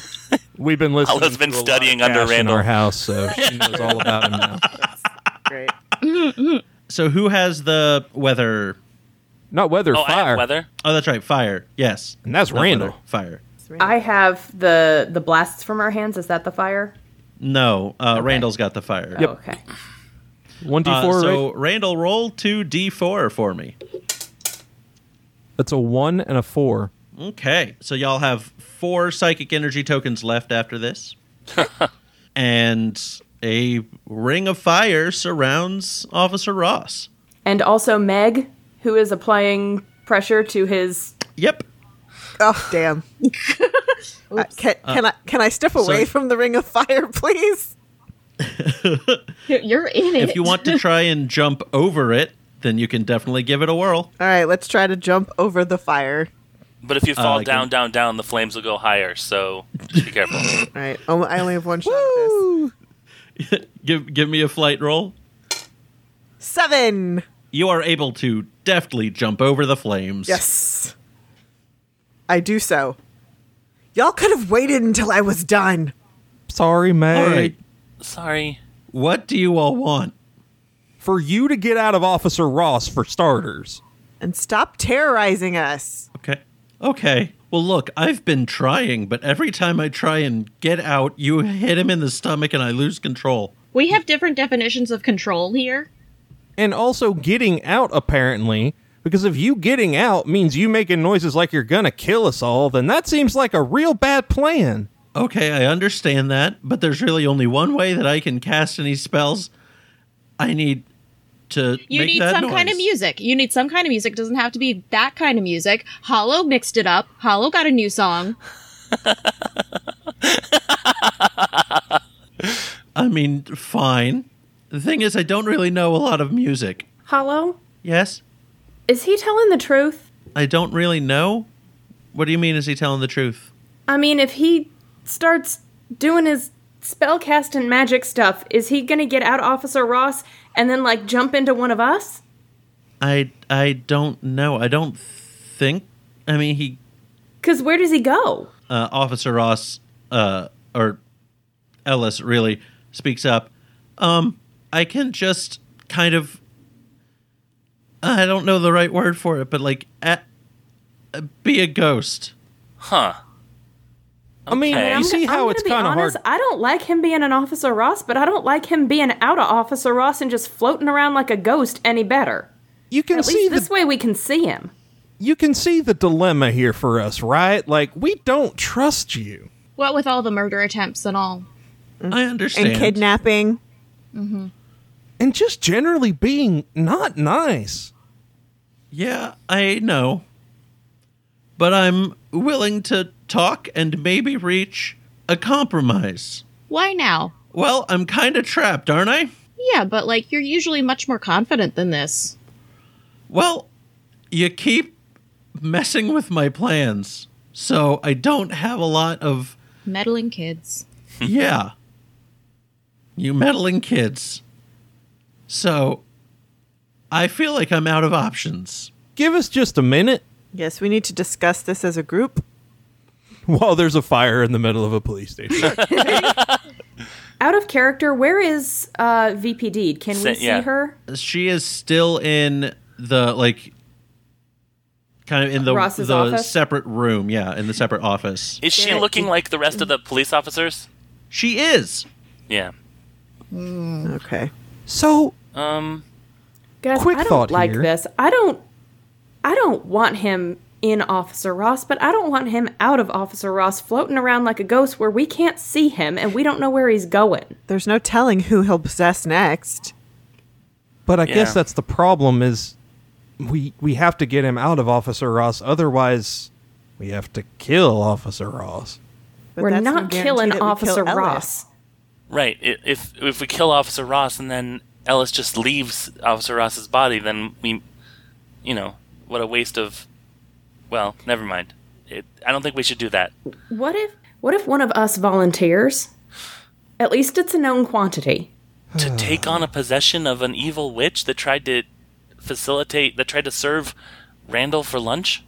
Speaker 3: we've been listening.
Speaker 2: Ella's been
Speaker 3: to a lot
Speaker 2: studying
Speaker 3: of
Speaker 2: under
Speaker 3: Cash in
Speaker 2: Randall.
Speaker 3: our house, so she knows all about him now.
Speaker 5: Great.
Speaker 1: So who has the weather?
Speaker 3: Not weather,
Speaker 2: Oh, I
Speaker 3: fire.
Speaker 2: have weather.
Speaker 1: Oh, that's right, fire. Yes,
Speaker 3: And that's
Speaker 1: Not
Speaker 3: Randall.
Speaker 1: weather, Fire.
Speaker 4: I have the the blasts from our hands. Is that the fire?
Speaker 1: No, uh, Randall's got the fire.
Speaker 4: Oh, okay.
Speaker 3: One d
Speaker 1: Uh,
Speaker 3: four.
Speaker 1: so Randall, roll two d4 for me.
Speaker 3: That's a one and a four.
Speaker 1: Okay, so y'all have four psychic energy tokens left after this, and a ring of fire surrounds Officer Ross.
Speaker 4: And also Meg, who is applying pressure to his.
Speaker 1: Yep.
Speaker 5: Oh damn. Uh, can, can I can I step away
Speaker 1: sorry.
Speaker 5: from the ring of fire, please?
Speaker 6: You're in it.
Speaker 1: If you want to try and jump over it, then you can definitely give it a whirl.
Speaker 5: All right, let's try to jump over the fire.
Speaker 2: But if you fall
Speaker 1: I can-
Speaker 2: down, down, down, the flames will go higher, so be careful.
Speaker 5: All right, oh, I only have one shot. At this.
Speaker 1: Give give me a flight roll.
Speaker 5: Seven.
Speaker 1: You are able to deftly jump over the flames.
Speaker 5: Yes. I do so. Y'all could have waited until I was done.
Speaker 3: Sorry, Meg.
Speaker 1: All right.
Speaker 2: Sorry.
Speaker 1: What do you all want?
Speaker 3: For you to get out of Officer Ross, for starters.
Speaker 5: And stop terrorizing us.
Speaker 1: Okay. Okay. Well, look, I've been trying, but every time I try and get out, you hit him in the stomach and I lose control.
Speaker 6: we have different definitions of control here.
Speaker 3: and also getting out apparently because if you getting out means you making noises like you're gonna kill us all then that seems like a real bad plan
Speaker 1: Okay, I understand that, but there's really only one way that I can cast any spells. I need to
Speaker 6: You
Speaker 1: make
Speaker 6: need
Speaker 1: that
Speaker 6: some kind of
Speaker 1: noise.
Speaker 6: music. You need some kind of music. It doesn't have to be that kind of music. Hollow mixed it up. Hollow got a new song.
Speaker 1: I mean, fine. The thing is, I don't really know a lot of music.
Speaker 4: Hollow?
Speaker 1: Yes?
Speaker 4: Is he telling the truth?
Speaker 1: I don't really know. What do you mean, is he telling the truth?
Speaker 4: I mean, if he starts doing his spellcasting magic stuff, is he gonna get out Officer Ross and then like jump into one of us?
Speaker 1: I I don't know. I don't think. I mean, he
Speaker 4: Cause where does he go?
Speaker 1: uh, Officer Ross uh, or Ellis really speaks up. Um, I can just kind of. I don't know the right word for it, but like, a uh, be a ghost.
Speaker 2: Huh.
Speaker 3: I mean,
Speaker 2: Okay.
Speaker 3: you
Speaker 2: I'm
Speaker 3: see how
Speaker 4: I'm
Speaker 3: it's
Speaker 4: gonna be
Speaker 3: kind of hard.
Speaker 4: honest, I don't like him being an Officer Ross, but I don't like him being out of Officer Ross and just floating around like a ghost any better.
Speaker 3: You can
Speaker 4: At
Speaker 3: see
Speaker 4: least
Speaker 3: the
Speaker 4: this way we can see him.
Speaker 3: you can see the dilemma here for us, right? Like we don't trust you.
Speaker 6: What with all the murder attempts and all?
Speaker 1: I understand.
Speaker 5: and kidnapping.
Speaker 3: And just generally being not nice.
Speaker 1: Yeah, I know. But I'm willing to talk and maybe reach a compromise.
Speaker 6: Why now?
Speaker 1: Well, I'm kind of trapped, aren't I?
Speaker 6: Yeah, but like you're usually much more confident than this.
Speaker 1: Well, you keep messing with my plans. So I don't have a lot of.
Speaker 6: Meddling kids.
Speaker 1: yeah. You meddling kids. So I feel like I'm out of options.
Speaker 3: Give us just a minute
Speaker 5: Yes, we need to discuss this as a group.
Speaker 3: while there's a fire in the middle of a police station.
Speaker 4: Out of character, where is uh, VPD? Can we
Speaker 2: Sit-
Speaker 4: see
Speaker 2: yeah.
Speaker 4: her?
Speaker 1: she is still in the like kind of in the
Speaker 4: Ross's
Speaker 1: the
Speaker 4: office?
Speaker 1: separate room yeah in the separate office
Speaker 2: Is she
Speaker 4: Yeah.
Speaker 2: looking like the rest of the police officers?
Speaker 1: she is
Speaker 2: Yeah.
Speaker 5: Okay.
Speaker 3: so
Speaker 2: Um.
Speaker 4: Guys,
Speaker 3: Quick
Speaker 4: I don't
Speaker 3: thought
Speaker 4: like
Speaker 3: here.
Speaker 4: this. I don't. I don't want him in Officer Ross, but I don't want him out of Officer Ross, floating around like a ghost where we can't see him and we don't know where he's going.
Speaker 5: There's no telling who he'll possess next.
Speaker 3: But I
Speaker 2: Yeah.
Speaker 3: guess that's the problem is we we have to get him out of Officer Ross, otherwise we have to kill Officer Ross.
Speaker 5: But
Speaker 4: We're
Speaker 5: that's no
Speaker 4: not
Speaker 5: guarantee
Speaker 4: killing
Speaker 5: that we kill
Speaker 4: Officer
Speaker 5: Ellis.
Speaker 4: Ross.
Speaker 2: Right. i- If if we kill Officer Ross and then Ellis just leaves Officer Ross's body, then we, you know, what a waste of. Well, never mind. It, I don't think we should do that.
Speaker 4: What if what if one of us volunteers? At least it's a known quantity.
Speaker 2: to take on a possession of an evil witch that tried to facilitate that tried to serve Randall for lunch?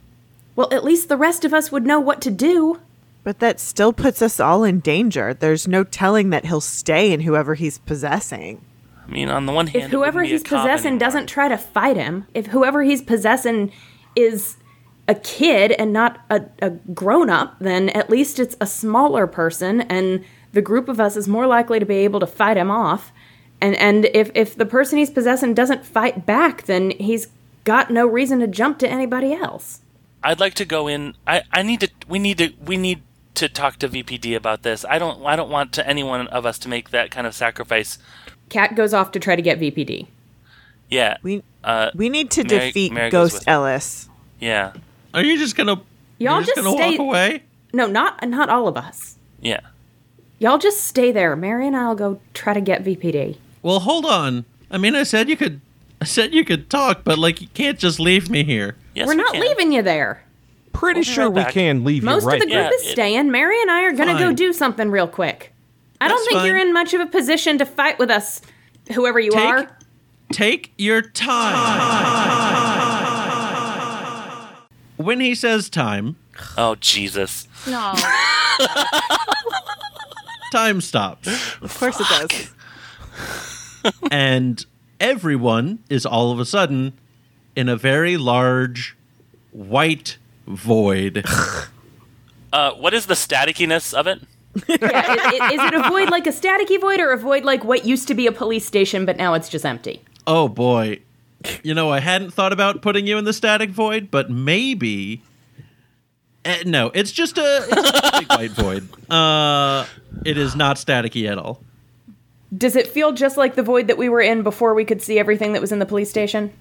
Speaker 4: Well, at least the rest of us would know what to do.
Speaker 5: But that still puts us all in danger. There's no telling that he'll stay in whoever he's possessing.
Speaker 2: I mean, on the one hand,
Speaker 4: If
Speaker 2: it wouldn't
Speaker 4: whoever
Speaker 2: be a
Speaker 4: he's
Speaker 2: cop
Speaker 4: possessing
Speaker 2: anymore.
Speaker 4: doesn't try to fight him, if whoever he's possessing is a kid and not a, a grown up, then at least it's a smaller person and the group of us is more likely to be able to fight him off. And and if, if the person he's possessing doesn't fight back, then he's got no reason to jump to anybody else.
Speaker 2: I'd like to go in. I, I need to. We need to. We need to talk to VPD about this. I don't. I don't want to anyone of us to make that kind of sacrifice.
Speaker 4: Cat goes off to try to get VPD.
Speaker 2: Yeah.
Speaker 5: We
Speaker 2: uh.
Speaker 5: we need to
Speaker 2: Mary-
Speaker 5: defeat
Speaker 2: Mary goes
Speaker 5: Ghost
Speaker 2: with-
Speaker 5: Ellis.
Speaker 2: Yeah.
Speaker 1: are you just gonna
Speaker 4: Y'all
Speaker 1: you're just,
Speaker 4: just
Speaker 1: gonna
Speaker 4: stay-
Speaker 1: walk away
Speaker 4: No, not not all of us.
Speaker 2: Yeah.
Speaker 4: Y'all just stay there. Mary and I'll go try to get VPD.
Speaker 1: well hold on i mean i said you could i said you could talk but like you can't just leave me here
Speaker 2: Yes,
Speaker 4: We're
Speaker 2: we
Speaker 4: not
Speaker 2: can.
Speaker 4: leaving you there.
Speaker 3: Pretty
Speaker 2: We'll be
Speaker 3: sure
Speaker 2: right
Speaker 3: we
Speaker 2: back.
Speaker 3: can leave
Speaker 4: Most
Speaker 3: you right
Speaker 4: of the group
Speaker 2: Yeah,
Speaker 4: is
Speaker 2: it-
Speaker 4: staying. Mary and I are going to go
Speaker 1: Fine.
Speaker 4: do something real quick. I don't
Speaker 1: That's
Speaker 4: think you're
Speaker 1: fine.
Speaker 4: in much of a position to fight with us, whoever you
Speaker 1: Take-
Speaker 4: are.
Speaker 1: take your time when he says time
Speaker 2: Oh Jesus.
Speaker 6: No.
Speaker 1: time stops
Speaker 5: Of course it does.
Speaker 1: and everyone is all of a sudden in a very large white void
Speaker 2: Uh. What is the staticiness of it?
Speaker 4: Yeah, i- i- is it a void like a staticky void or a void like what used to be a police station but now it's just empty?
Speaker 1: Oh boy. You know, I hadn't thought about putting you in the static void, but maybe. Eh, no, it's just a, it's just a big white void. Uh, it is not staticky at all.
Speaker 4: Does it feel just like the void that we were in before we could see everything that was in the police station?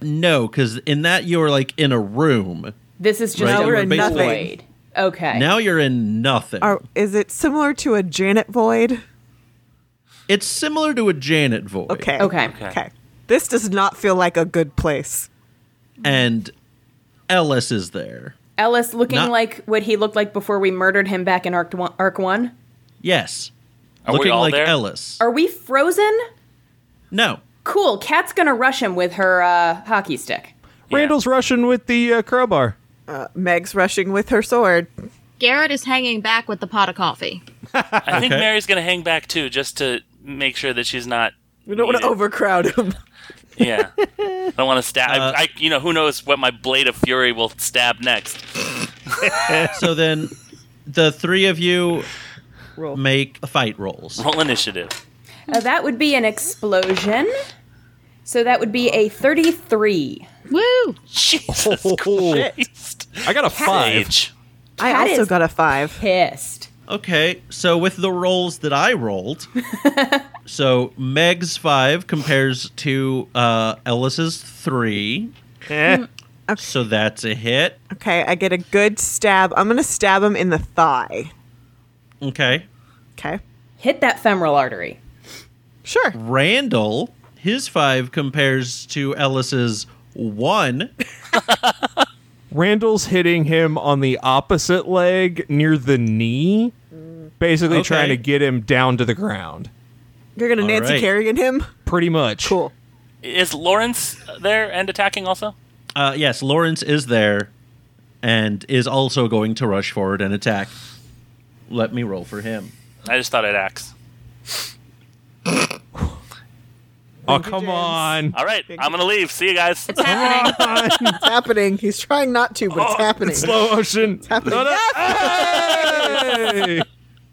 Speaker 1: No, because in that you're like in a room.
Speaker 4: This is just
Speaker 1: Right.
Speaker 4: a
Speaker 1: Now we're in
Speaker 4: void.
Speaker 1: nothing.
Speaker 4: Okay.
Speaker 1: Now you're in nothing.
Speaker 5: Are, is it similar to a Janet Void?
Speaker 1: It's similar to a Janet void.
Speaker 5: Okay.
Speaker 4: Okay.
Speaker 5: Okay. This does not feel like a good place.
Speaker 1: And Ellis is there.
Speaker 4: Ellis looking
Speaker 1: Not-
Speaker 4: like what he looked like before we murdered him back in Arc One. Arc One.
Speaker 1: Yes.
Speaker 2: Are
Speaker 1: looking
Speaker 2: we all
Speaker 1: like
Speaker 2: there?
Speaker 1: Ellis.
Speaker 4: Are we frozen?
Speaker 1: No.
Speaker 4: Cool. Kat's gonna rush him with her uh, hockey stick.
Speaker 2: Yeah.
Speaker 3: Randall's rushing with the uh, crowbar.
Speaker 5: Meg's rushing with her sword.
Speaker 6: Garrett is hanging back with the pot of coffee.
Speaker 2: I think
Speaker 1: Okay.
Speaker 2: Mary's gonna hang back too, just to make sure that she's not.
Speaker 5: We don't want to
Speaker 2: needed.
Speaker 5: overcrowd him.
Speaker 2: Yeah, I don't want to stab. I, I, you know, who knows what my blade of fury will stab next?
Speaker 1: So then the three of you
Speaker 5: Roll.
Speaker 1: make fight rolls.
Speaker 2: Roll initiative.
Speaker 4: Uh, that would be an explosion. So that would be a 33.
Speaker 6: Woo!
Speaker 2: Jesus Christ!
Speaker 3: Oh, I got a five.
Speaker 2: Sage.
Speaker 5: I
Speaker 4: Cat
Speaker 5: also
Speaker 4: is-
Speaker 5: got a five.
Speaker 4: Pissed.
Speaker 1: Okay, so with the rolls that I rolled, so Meg's five compares to uh, Ellis's three,
Speaker 3: Eh.
Speaker 1: so that's a hit.
Speaker 5: Okay, I get a good stab. I'm gonna stab him in the thigh.
Speaker 1: Okay,
Speaker 5: Okay,
Speaker 4: Hit that femoral artery.
Speaker 5: sure.
Speaker 1: Randall, his five compares to Ellis's one.
Speaker 3: Randall's hitting him on the opposite leg near the knee, basically
Speaker 1: Okay.
Speaker 3: trying to get him down to the ground.
Speaker 5: You're gonna
Speaker 1: All
Speaker 5: Nancy
Speaker 1: right.
Speaker 5: Kerrigan him.
Speaker 3: Pretty much.
Speaker 5: Cool.
Speaker 2: Is Lawrence there and attacking also?
Speaker 1: Uh, yes, Lawrence is there, and is also going to rush forward and attack. Let me roll for him.
Speaker 2: I just thought I'd axe.
Speaker 3: Oh,
Speaker 5: Thank you,
Speaker 3: come
Speaker 5: James.
Speaker 3: on.
Speaker 2: All right, I'm gonna leave. See you guys.
Speaker 6: It's happening.
Speaker 5: It's happening. He's trying not to, but
Speaker 2: Oh,
Speaker 5: it's happening.
Speaker 3: Slow motion. No, no.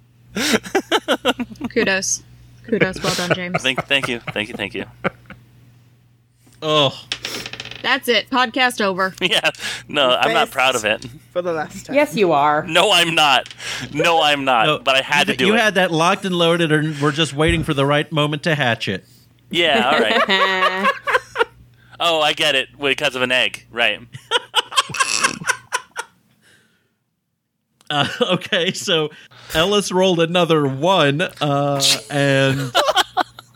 Speaker 3: Hey!
Speaker 6: Kudos. Kudos. Well done, James.
Speaker 2: Thank, thank you, thank you, thank you.
Speaker 1: Oh,
Speaker 6: That's it. Podcast over.
Speaker 2: Yeah, no, I'm not proud of it.
Speaker 5: For the last time.
Speaker 4: Yes, you are.
Speaker 2: No, I'm not. No, I'm not.
Speaker 1: no,
Speaker 2: but I had
Speaker 1: Oh. you,
Speaker 2: to do
Speaker 1: You
Speaker 2: it.
Speaker 1: had that locked and loaded, and we're just waiting for the right moment to hatch it.
Speaker 2: Yeah, all right.
Speaker 4: Uh,
Speaker 2: Oh, I get it. Because of an egg, right?
Speaker 1: Uh, okay, so Ellis rolled another one, uh, and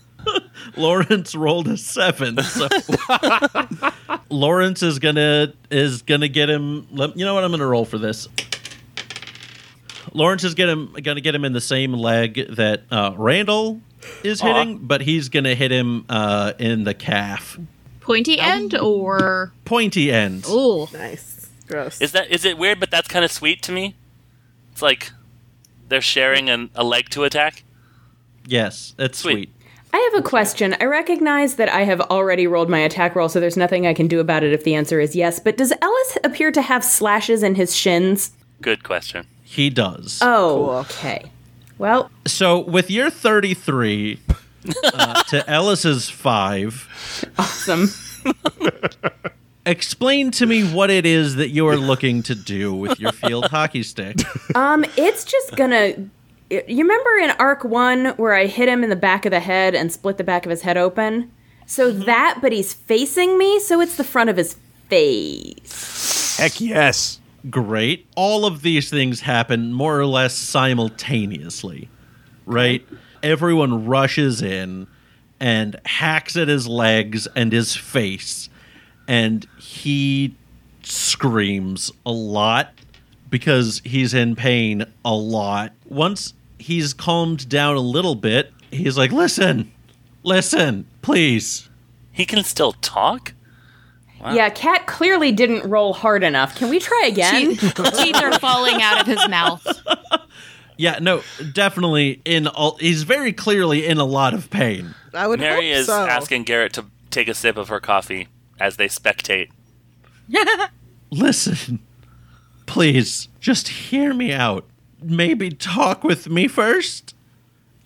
Speaker 1: Lawrence rolled a seven. So Lawrence is gonna is gonna get him. Let, you know what? I'm gonna roll for this. Lawrence is get him, gonna get him in the same leg that uh, Randall is hitting, but he's gonna hit him uh, in the calf,
Speaker 6: Pointy end or
Speaker 1: pointy end.
Speaker 6: ooh.
Speaker 5: Nice. Gross.
Speaker 2: Is that is it weird? But that's kind of sweet to me. It's like they're sharing an, a leg to attack.
Speaker 1: Yes, it's
Speaker 2: Sweet.
Speaker 1: sweet.
Speaker 4: I have a question. I recognize that I have already rolled my attack roll, so there's nothing I can do about it if the answer is yes, but does Ellis appear to have slashes in his shins?
Speaker 2: Good question.
Speaker 1: He does.
Speaker 4: Oh,
Speaker 5: Cool.
Speaker 4: okay. Well,
Speaker 1: So with your 33 uh, to Ellis's 5,
Speaker 4: awesome.
Speaker 1: explain to me what it is that you are looking to do with your field hockey stick.
Speaker 4: Um, it's just gonna. You remember in arc one where I hit him in the back of the head and split the back of his head open? So that, but he's facing me, so it's the front of his face.
Speaker 3: Heck yes.
Speaker 1: Great. All of these things happen more or less simultaneously, right? Everyone rushes in and hacks at his legs and his face, and he screams a lot because he's in pain a lot. Once he's calmed down a little bit, he's like, Listen, listen, please.
Speaker 2: He can still talk.
Speaker 4: Yeah, Cat clearly didn't roll hard enough. Can we try again?
Speaker 6: Teeth, teeth are falling out of his mouth.
Speaker 1: Yeah, no, definitely in all he's very clearly in a lot of pain.
Speaker 5: I would
Speaker 2: Mary
Speaker 5: hope
Speaker 2: is
Speaker 5: so.
Speaker 2: asking Garrett to take a sip of her coffee as they spectate.
Speaker 1: Listen, please, just hear me out. Maybe talk with me first.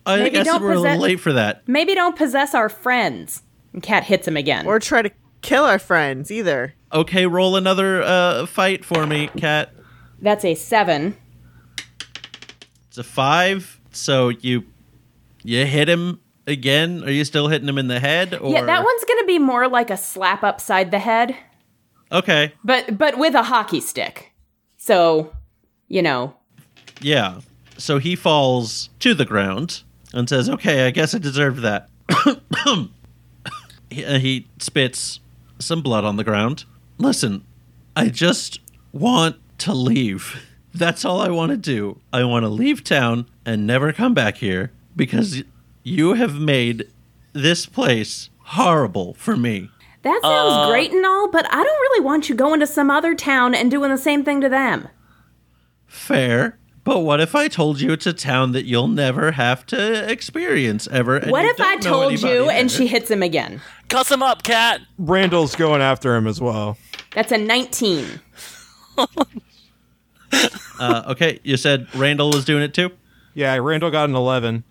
Speaker 1: I
Speaker 4: Maybe
Speaker 1: guess
Speaker 4: don't
Speaker 1: we're a little
Speaker 4: present-
Speaker 1: late for that.
Speaker 4: Maybe don't possess our friends. And Cat hits him again.
Speaker 5: Or try to kill our friends either.
Speaker 1: Okay, roll another uh, fight for me, Cat.
Speaker 4: That's a seven.
Speaker 1: It's a five, so you you hit him again. Are you still hitting him in the head? Or...
Speaker 4: Yeah, that one's gonna be more like a slap upside the head,
Speaker 1: Okay,
Speaker 4: but but with a hockey stick. So, you know,
Speaker 1: yeah. So he falls to the ground and says, "Okay, I guess I deserve that." he, uh, he spits some blood on the ground. Listen, I just want to leave. That's all I want to do. I want to leave town and never come back here because you have made this place horrible for me.
Speaker 4: That sounds
Speaker 1: Uh,
Speaker 4: great and all, but I don't really want you going to some other town and doing the same thing to them.
Speaker 1: Fair, But what if I told you it's a town that you'll never have to experience ever? and
Speaker 4: What
Speaker 1: you
Speaker 4: if I
Speaker 1: don't know
Speaker 4: told you
Speaker 1: anybody
Speaker 4: and
Speaker 1: there?
Speaker 4: she hits him again?
Speaker 2: Cuss him up, cat.
Speaker 3: Randall's going after him as well.
Speaker 4: That's a 19.
Speaker 1: Uh, okay, you said Randall was doing it too.
Speaker 3: Yeah, Randall got an 11.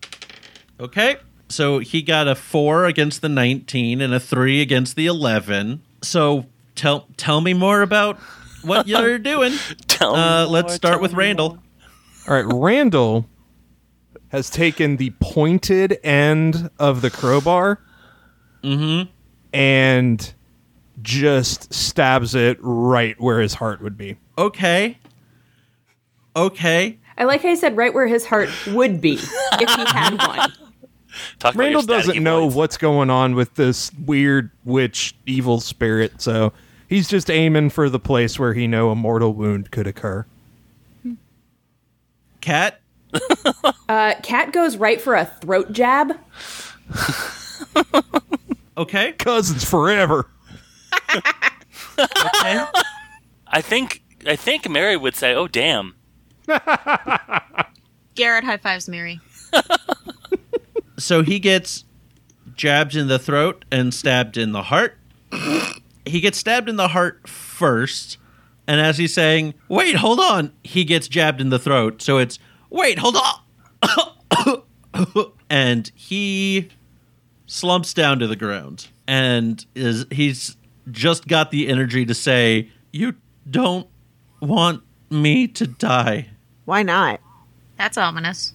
Speaker 1: Okay. So he got a four against the nineteen and a three against the eleven. So tell tell me more about what you're doing.
Speaker 2: Tell
Speaker 1: Uh,
Speaker 2: me
Speaker 1: let's
Speaker 2: more,
Speaker 1: start
Speaker 2: tell
Speaker 1: with
Speaker 2: me
Speaker 1: Randall.
Speaker 2: more.
Speaker 3: All right, Randall has taken the pointed end of the crowbar
Speaker 2: Mm-hmm.
Speaker 3: and just stabs it right where his heart would be.
Speaker 1: Okay. Okay.
Speaker 4: I like how you said right where his heart would be if he had one.
Speaker 2: Talk about your
Speaker 3: Randall
Speaker 2: staticky
Speaker 3: doesn't know
Speaker 2: points.
Speaker 3: what's going on with this weird witch evil spirit, so he's just aiming for the place where he know a mortal wound could occur.
Speaker 1: Cat.
Speaker 4: Uh, Cat goes right for a throat jab.
Speaker 1: Okay.
Speaker 3: Cousins forever.
Speaker 1: Okay.
Speaker 2: I think I think Mary would say, "Oh damn."
Speaker 6: Garrett high fives Mary.
Speaker 1: so he gets jabbed in the throat and stabbed in the heart. he gets stabbed in the heart first, and as he's saying, "Wait, hold on," he gets jabbed in the throat. So it's, "Wait, hold on," and he slumps down to the ground, and is he's just got the energy to say, "You don't want me to die."
Speaker 5: Why not?
Speaker 6: That's ominous.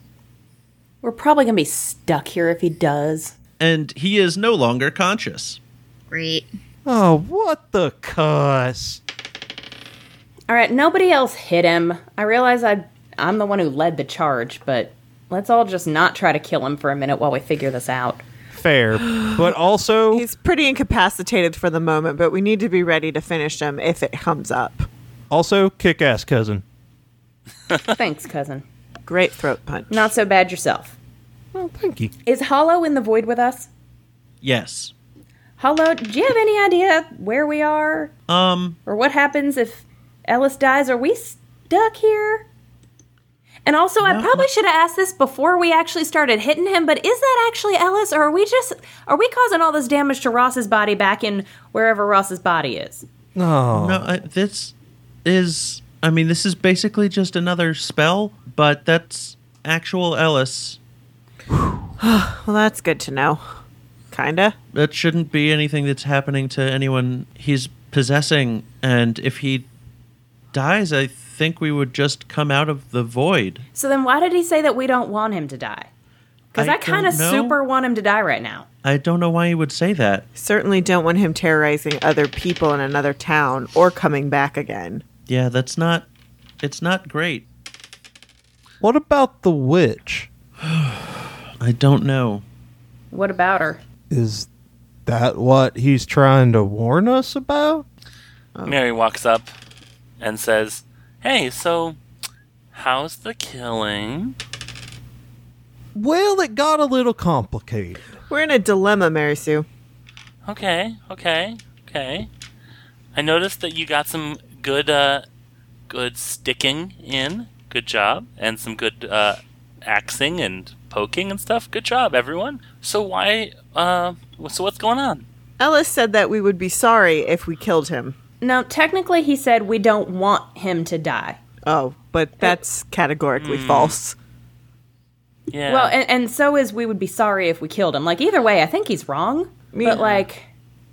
Speaker 4: We're probably going to be stuck here if he does.
Speaker 1: And he is no longer conscious.
Speaker 6: Great.
Speaker 3: Oh, what the cuss?
Speaker 4: All right, nobody else hit him. I realize I, I'm the one who led the charge, but let's all just not try to kill him for a minute while we figure this out.
Speaker 3: Fair, but also
Speaker 5: He's pretty incapacitated for the moment, but we need to be ready to finish him if it comes up.
Speaker 3: also kick ass cousin.
Speaker 4: Thanks, cousin.
Speaker 5: Great throat punch.
Speaker 4: Not so bad yourself.
Speaker 3: Well, Oh, thank you.
Speaker 4: Is Hollow in the void with us?
Speaker 1: Yes.
Speaker 4: Hollow, do you have any idea where we are?
Speaker 1: Um.
Speaker 4: Or what happens if Ellis dies? Are we stuck here? And also, I probably should have asked this before we actually started hitting him, but is that actually Ellis, or are we just are we causing all this damage to Ross's body back in wherever Ross's body is?
Speaker 3: No.
Speaker 1: No, I, this is. I mean, this is basically just another spell, but that's actual Ellis.
Speaker 5: Well, that's good to know. Kinda.
Speaker 1: That shouldn't be anything that's happening to anyone he's possessing. And if he dies, I think we would just come out of the void.
Speaker 4: So then, why did he say that we don't want him to die? Because I, kind of
Speaker 1: don't know.
Speaker 4: super want him to die right now.
Speaker 1: I don't know why he would say that.
Speaker 5: Certainly don't want him terrorizing other people in another town or coming back again.
Speaker 1: Yeah, that's not. It's not great.
Speaker 3: What about the witch?
Speaker 1: I don't know.
Speaker 4: What about her?
Speaker 3: Is that what he's trying to warn us about?
Speaker 2: Mary walks up and says, "Hey, so how's the killing?"
Speaker 3: Well, it got a little complicated.
Speaker 5: We're in a dilemma, Mary Sue.
Speaker 2: Okay, okay, okay. I noticed that you got some good, uh, good sticking in. Good job, and some good uh, axing and poking and stuff. Good job, everyone. So why? Uh, so what's going on?
Speaker 5: Ellis said that we would be sorry if we killed him.
Speaker 4: No, technically, he said we don't want him to die.
Speaker 5: Oh, but that's categorically false.
Speaker 2: Yeah.
Speaker 4: Well, and, and so is we would be sorry if we killed him. Like either way, I think he's wrong.
Speaker 5: Yeah.
Speaker 4: But like,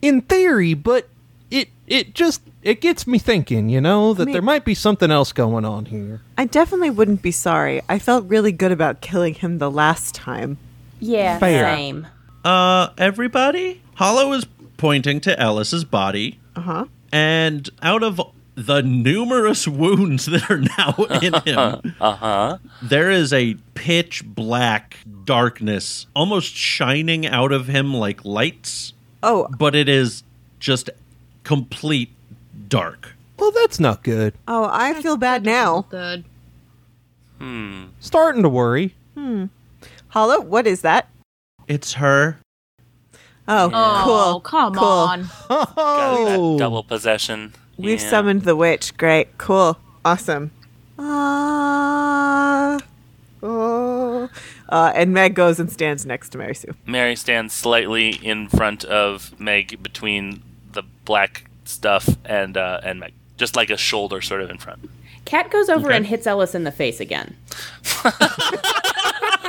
Speaker 3: In theory, but it it just it gets me thinking, you know, that there might be something else going on here.
Speaker 5: I definitely wouldn't be sorry. I felt really good about killing him the last time.
Speaker 4: yeah,
Speaker 3: Fair.
Speaker 4: same.
Speaker 1: Uh, everybody? Hollow is pointing to Ellis's body. Uh huh. And out of the numerous wounds that are now in him, uh huh, there is a pitch black darkness almost shining out of him like lights,
Speaker 5: Oh,
Speaker 1: but it is just complete dark.
Speaker 3: Well, that's not good.
Speaker 5: oh, I feel bad now.
Speaker 6: Good.
Speaker 2: hmm.
Speaker 3: Starting to worry.
Speaker 5: Hollow, what is that?
Speaker 1: It's her.
Speaker 5: Oh,
Speaker 6: Oh,
Speaker 5: cool.
Speaker 6: come
Speaker 5: cool.
Speaker 6: on.
Speaker 2: Got that
Speaker 3: Oh,
Speaker 2: double possession.
Speaker 5: We've
Speaker 2: Yeah.
Speaker 5: summoned the witch. Great. Cool. Awesome. Ah. oh. Uh, and Meg goes and stands next to Mary Sue.
Speaker 2: Mary stands slightly in front of Meg between the black stuff and uh, and Meg, just like a shoulder sort of in
Speaker 4: Oh,
Speaker 2: front.
Speaker 4: Cat goes over and hits Ellis in the face again.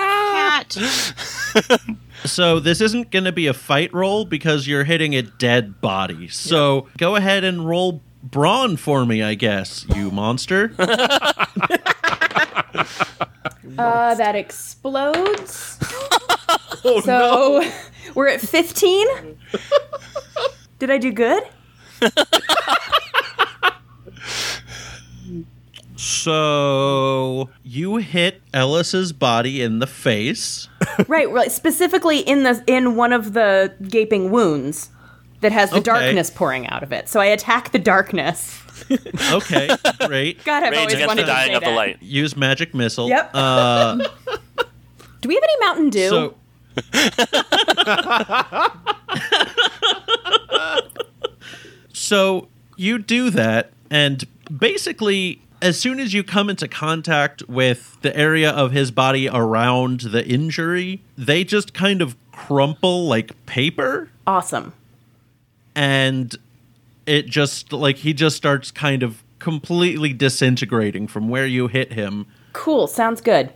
Speaker 6: Cat.
Speaker 5: Oh.
Speaker 1: So this isn't going to be a fight roll because you're hitting a dead body. So go ahead and roll brawn for me, I guess, you monster.
Speaker 4: Uh, that explodes.
Speaker 2: Oh,
Speaker 4: so we're at 15. Did I do good?
Speaker 1: so you hit Ellis's body in the face.
Speaker 4: Right, right. Specifically in the in one of the gaping wounds that has the
Speaker 1: Okay.
Speaker 4: darkness pouring out of it. So I attack the darkness.
Speaker 1: Okay, great.
Speaker 4: God, I've
Speaker 2: Rage
Speaker 4: always
Speaker 2: against
Speaker 4: wanted
Speaker 2: the
Speaker 4: to say
Speaker 2: dying of the
Speaker 4: that.
Speaker 2: light.
Speaker 1: Use magic missile.
Speaker 4: Yep.
Speaker 1: Uh,
Speaker 4: Do we have any Mountain Dew?
Speaker 1: so So you do that, and basically, as soon as you come into contact with the area of his body around the injury, they just kind of crumple like paper,
Speaker 4: awesome.
Speaker 1: and it just like he just starts kind of completely disintegrating from where you hit him
Speaker 4: Cool. Sounds good.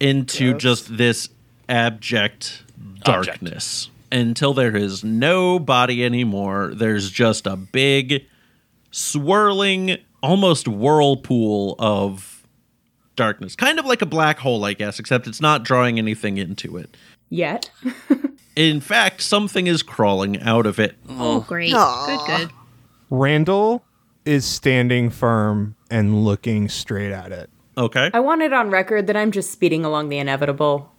Speaker 1: into just this abject
Speaker 2: Object.
Speaker 1: darkness until there is no body anymore. There's just a big, swirling, almost whirlpool of darkness. Kind of like a black hole, I guess, except it's not drawing anything into it.
Speaker 4: Yet.
Speaker 1: In fact, something is crawling out of it.
Speaker 6: Oh, great. Good, good.
Speaker 3: Randall is standing firm and looking straight at it.
Speaker 1: Okay.
Speaker 4: I want it on record that I'm just speeding along the inevitable.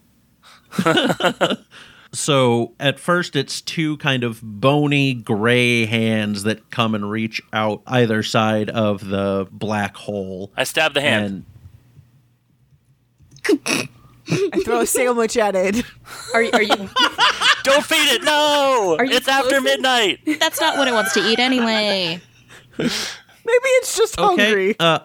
Speaker 1: So at first, it's two kind of bony gray hands that come and reach out either side of the black hole.
Speaker 2: I stab the hand.
Speaker 1: And
Speaker 5: I throw a sandwich at it.
Speaker 4: Are, you- are you
Speaker 2: Don't feed it. No,
Speaker 4: you
Speaker 2: it's after
Speaker 4: closing?
Speaker 2: midnight.
Speaker 6: That's not what it wants to eat anyway.
Speaker 5: Maybe it's just
Speaker 1: okay,
Speaker 5: hungry.
Speaker 1: uh,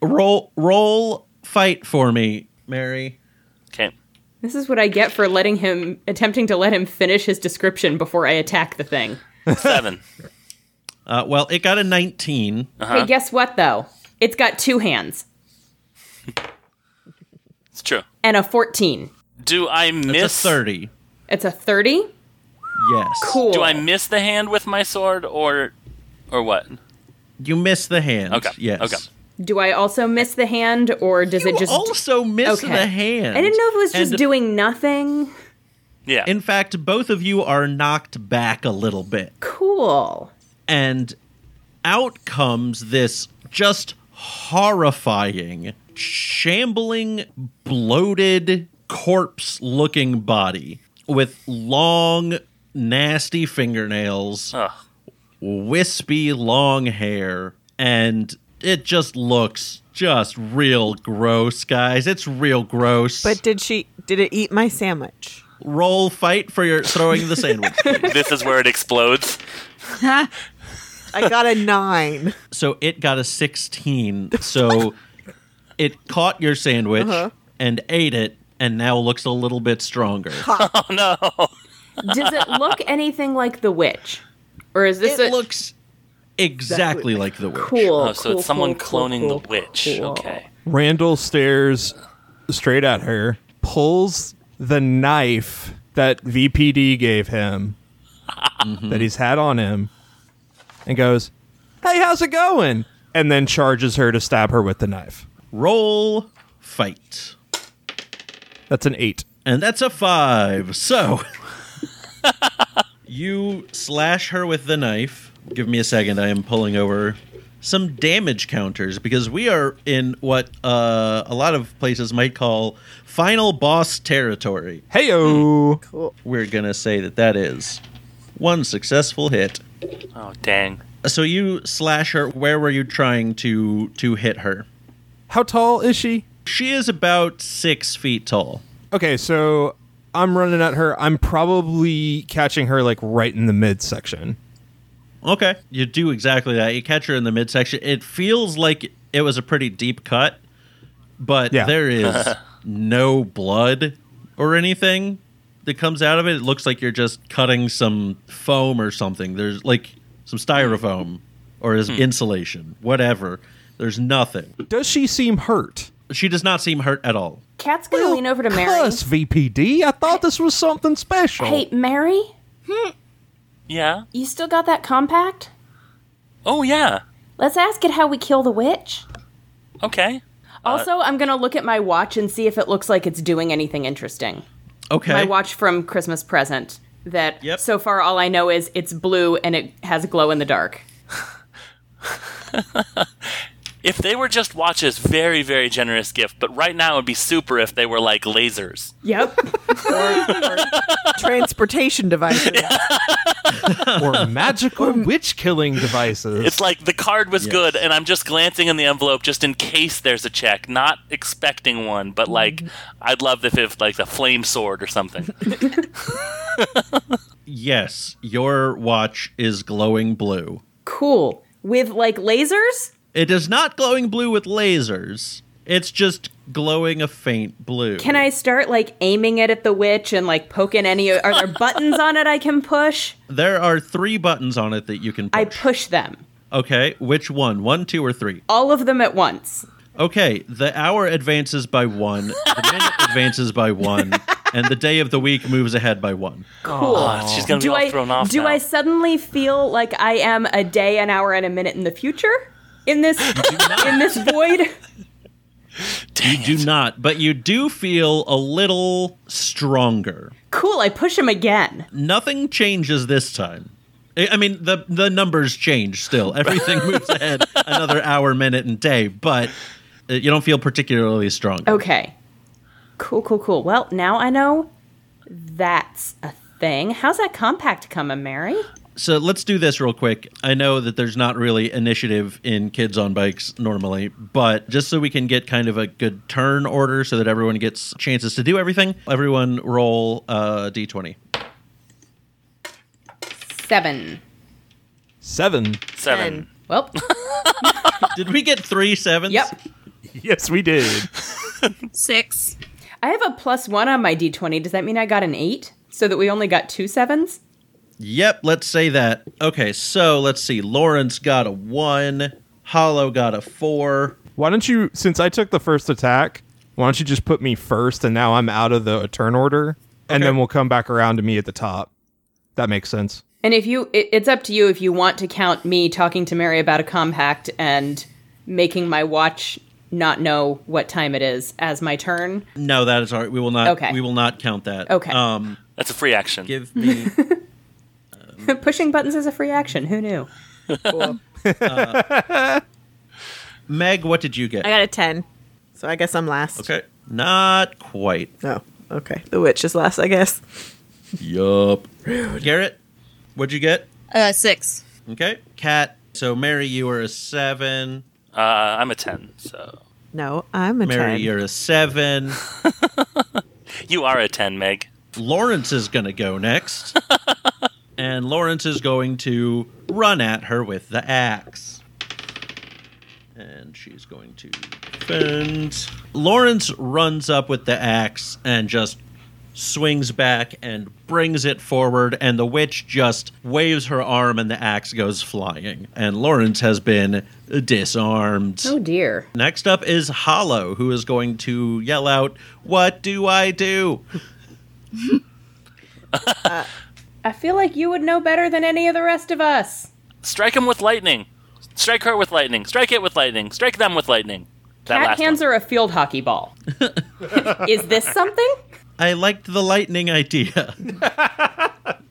Speaker 1: roll roll fight for me, Mary.
Speaker 2: Okay.
Speaker 4: This is what I get for letting him attempting to let him finish his description before I attack the thing.
Speaker 2: Seven.
Speaker 1: Uh, well, it got a 19
Speaker 2: Uh-huh.
Speaker 4: Hey, guess what though? It's got two hands
Speaker 2: It's true.
Speaker 4: and a 14.
Speaker 2: Do I
Speaker 1: It's a
Speaker 2: miss
Speaker 1: thirty.
Speaker 4: It's a 30?
Speaker 1: Yes.
Speaker 4: Cool.
Speaker 2: Do I miss the hand with my sword or or what?
Speaker 1: You miss the hand.
Speaker 2: Okay,
Speaker 1: Yes.
Speaker 2: okay.
Speaker 4: Do I also miss the hand or does
Speaker 1: You
Speaker 4: it just
Speaker 1: also miss
Speaker 4: Okay.
Speaker 1: the hand.
Speaker 4: I didn't know if it was just
Speaker 1: And
Speaker 4: doing nothing.
Speaker 2: Yeah.
Speaker 1: In fact, both of you are knocked back a little bit.
Speaker 4: Cool.
Speaker 1: and out comes this just horrifying, shambling, bloated, corpse looking body with long, nasty fingernails,
Speaker 2: Ugh.
Speaker 1: wispy, long hair, and it just looks just real gross, guys. It's real gross.
Speaker 5: But did she? Did it eat my sandwich?
Speaker 1: roll fight for your throwing the sandwich.
Speaker 2: this is where it explodes.
Speaker 5: I got a nine.
Speaker 1: so it got a 16 so it caught your sandwich and ate it and now looks a little bit stronger
Speaker 4: Does it look anything like the witch? Or is this
Speaker 1: it
Speaker 4: a
Speaker 1: looks exactly like the witch
Speaker 4: cool?
Speaker 2: Oh, so
Speaker 4: cool,
Speaker 2: it's someone
Speaker 4: cool, cool,
Speaker 2: cloning
Speaker 4: cool,
Speaker 2: the witch.
Speaker 4: cool.
Speaker 2: Okay.
Speaker 3: Randall stares straight at her, pulls the knife that VPD gave him, that he's had on him, and goes, Hey, how's it going? And then charges her to stab her with the knife.
Speaker 1: roll fight
Speaker 3: That's an eight.
Speaker 1: and that's a five so you slash her with the knife give me a second i am pulling over some damage counters because we are in what uh, a lot of places might call final boss territory
Speaker 3: Hey, oh.
Speaker 1: we're going to say that that is one successful hit.
Speaker 2: Oh dang.
Speaker 1: So you slash her. Where were you trying to to hit her?
Speaker 3: How tall is she?
Speaker 1: She is about six feet tall.
Speaker 3: Okay, so I'm running at her. I'm probably catching her like right in the midsection.
Speaker 1: Okay, you do exactly that. You catch her in the midsection. It feels like it was a pretty deep cut, but
Speaker 3: Yeah.
Speaker 1: there is no blood or anything that comes out of it. It looks like you're just cutting some foam or something. There's like some styrofoam or is insulation, whatever. There's nothing.
Speaker 3: Does she seem hurt?
Speaker 1: She does not seem hurt at all.
Speaker 4: Cat's gonna lean over to Mary.
Speaker 3: Cuss, VPD. I thought this was something special.
Speaker 4: Hey, Mary,
Speaker 2: Yeah.
Speaker 4: you still got that compact?
Speaker 2: Oh yeah.
Speaker 4: Let's ask it how we kill the witch.
Speaker 1: Uh,
Speaker 2: Okay.
Speaker 4: Also, I'm gonna look at my watch and see if it looks like it's doing anything interesting.
Speaker 1: Okay.
Speaker 4: My watch from Christmas present. That
Speaker 1: Yep.
Speaker 4: so far all I know is it's blue and it has glow in the dark.
Speaker 2: If they were just watches, very very generous gift. But right now it would be super if they were like lasers.
Speaker 4: Yep.
Speaker 5: Transportation devices.
Speaker 3: or magical witch killing devices.
Speaker 2: It's like the card was good, and I'm just glancing in the envelope just in case there's a check, not expecting one, but like
Speaker 4: Mm-hmm.
Speaker 2: I'd love if if like the flame sword or something.
Speaker 1: yes, your watch is glowing blue.
Speaker 4: cool. With like lasers?
Speaker 1: It is not glowing blue with lasers. It's just glowing a faint blue.
Speaker 4: Can I start like aiming it at the witch and like poking any are there buttons on it I can push?
Speaker 1: There are three buttons on it that you can push.
Speaker 4: I push them.
Speaker 1: okay, which one? One, two, or three?
Speaker 4: All of them at once.
Speaker 1: Okay, the hour advances by one, the minute advances by one, and the day of the week moves ahead by one.
Speaker 4: Cool.
Speaker 2: Oh, she's gonna be
Speaker 4: do
Speaker 2: all
Speaker 4: I
Speaker 2: thrown off.
Speaker 4: do
Speaker 2: now.
Speaker 4: I suddenly feel like I am a day, an hour, and a minute in the future in this in this void?
Speaker 2: Dang
Speaker 1: Do
Speaker 2: it.
Speaker 1: not, but you do feel a little stronger.
Speaker 4: Cool. I push him again.
Speaker 1: Nothing changes this time. I I mean, the the numbers change still. Everything moves ahead another hour, minute, and day, but uh, you don't feel particularly strong.
Speaker 4: Okay. Cool. Cool. Cool. Well, now I know that's a thing. How's that compact coming, Mary?
Speaker 1: So let's do this real quick. I know that there's not really initiative in kids on bikes normally, but just so we can get kind of a good turn order so that everyone gets chances to do everything, everyone roll uh, d20.
Speaker 4: Seven.
Speaker 3: Seven.
Speaker 2: Seven.
Speaker 4: Well,
Speaker 1: Did we get three sevens?
Speaker 4: yep.
Speaker 3: Yes, we did.
Speaker 6: Six.
Speaker 4: I have a plus one on my d20. Does that mean I got an eight? So that we only got two sevens?
Speaker 1: Yep, let's say that. Okay, so let's see. Lawrence got a one, Hollow got a four.
Speaker 3: Why don't you, since I took the first attack, why don't you just put me first and now I'm out of the turn order? And
Speaker 1: Okay.
Speaker 3: then we'll come back around to me at the top. That makes sense.
Speaker 4: And if you, it, it's up to you if you want to count me talking to Mary about a compact and making my watch not know what time it is as my turn.
Speaker 1: No, that is all right. We will not
Speaker 4: Okay.
Speaker 1: we will not count that.
Speaker 4: Okay.
Speaker 1: Um
Speaker 2: That's a free action.
Speaker 1: give me
Speaker 4: Pushing buttons is a free action. Who knew?
Speaker 1: Meg, what did you get?
Speaker 5: I got a 10. So I guess I'm last.
Speaker 1: okay. Not quite.
Speaker 5: No. Okay. The witch is last, I guess.
Speaker 1: Yup. Garrett, what'd you get?
Speaker 6: Uh, six.
Speaker 1: Okay. Cat. So Mary, you are a seven.
Speaker 2: Uh, I'm a ten. So
Speaker 5: No, I'm a
Speaker 1: Mary,
Speaker 5: 10.
Speaker 1: you're a seven.
Speaker 2: you are a ten, Meg.
Speaker 1: Lawrence is gonna go next. and Lawrence is going to run at her with the axe. And she's going to defend. Lawrence runs up with the axe and just swings back and brings it forward, and the witch just waves her arm and the axe goes flying. And Lawrence has been disarmed.
Speaker 4: Oh dear.
Speaker 1: Next up is Hollow, who is going to yell out, What do I do?
Speaker 4: I feel like you would know better than any of the rest of us.
Speaker 2: Strike him with lightning. Strike her with lightning. Strike it with lightning. Strike them with lightning. That
Speaker 4: Cat
Speaker 2: last
Speaker 4: hands
Speaker 2: one.
Speaker 4: are a field hockey ball. is this something?
Speaker 1: I liked the lightning idea.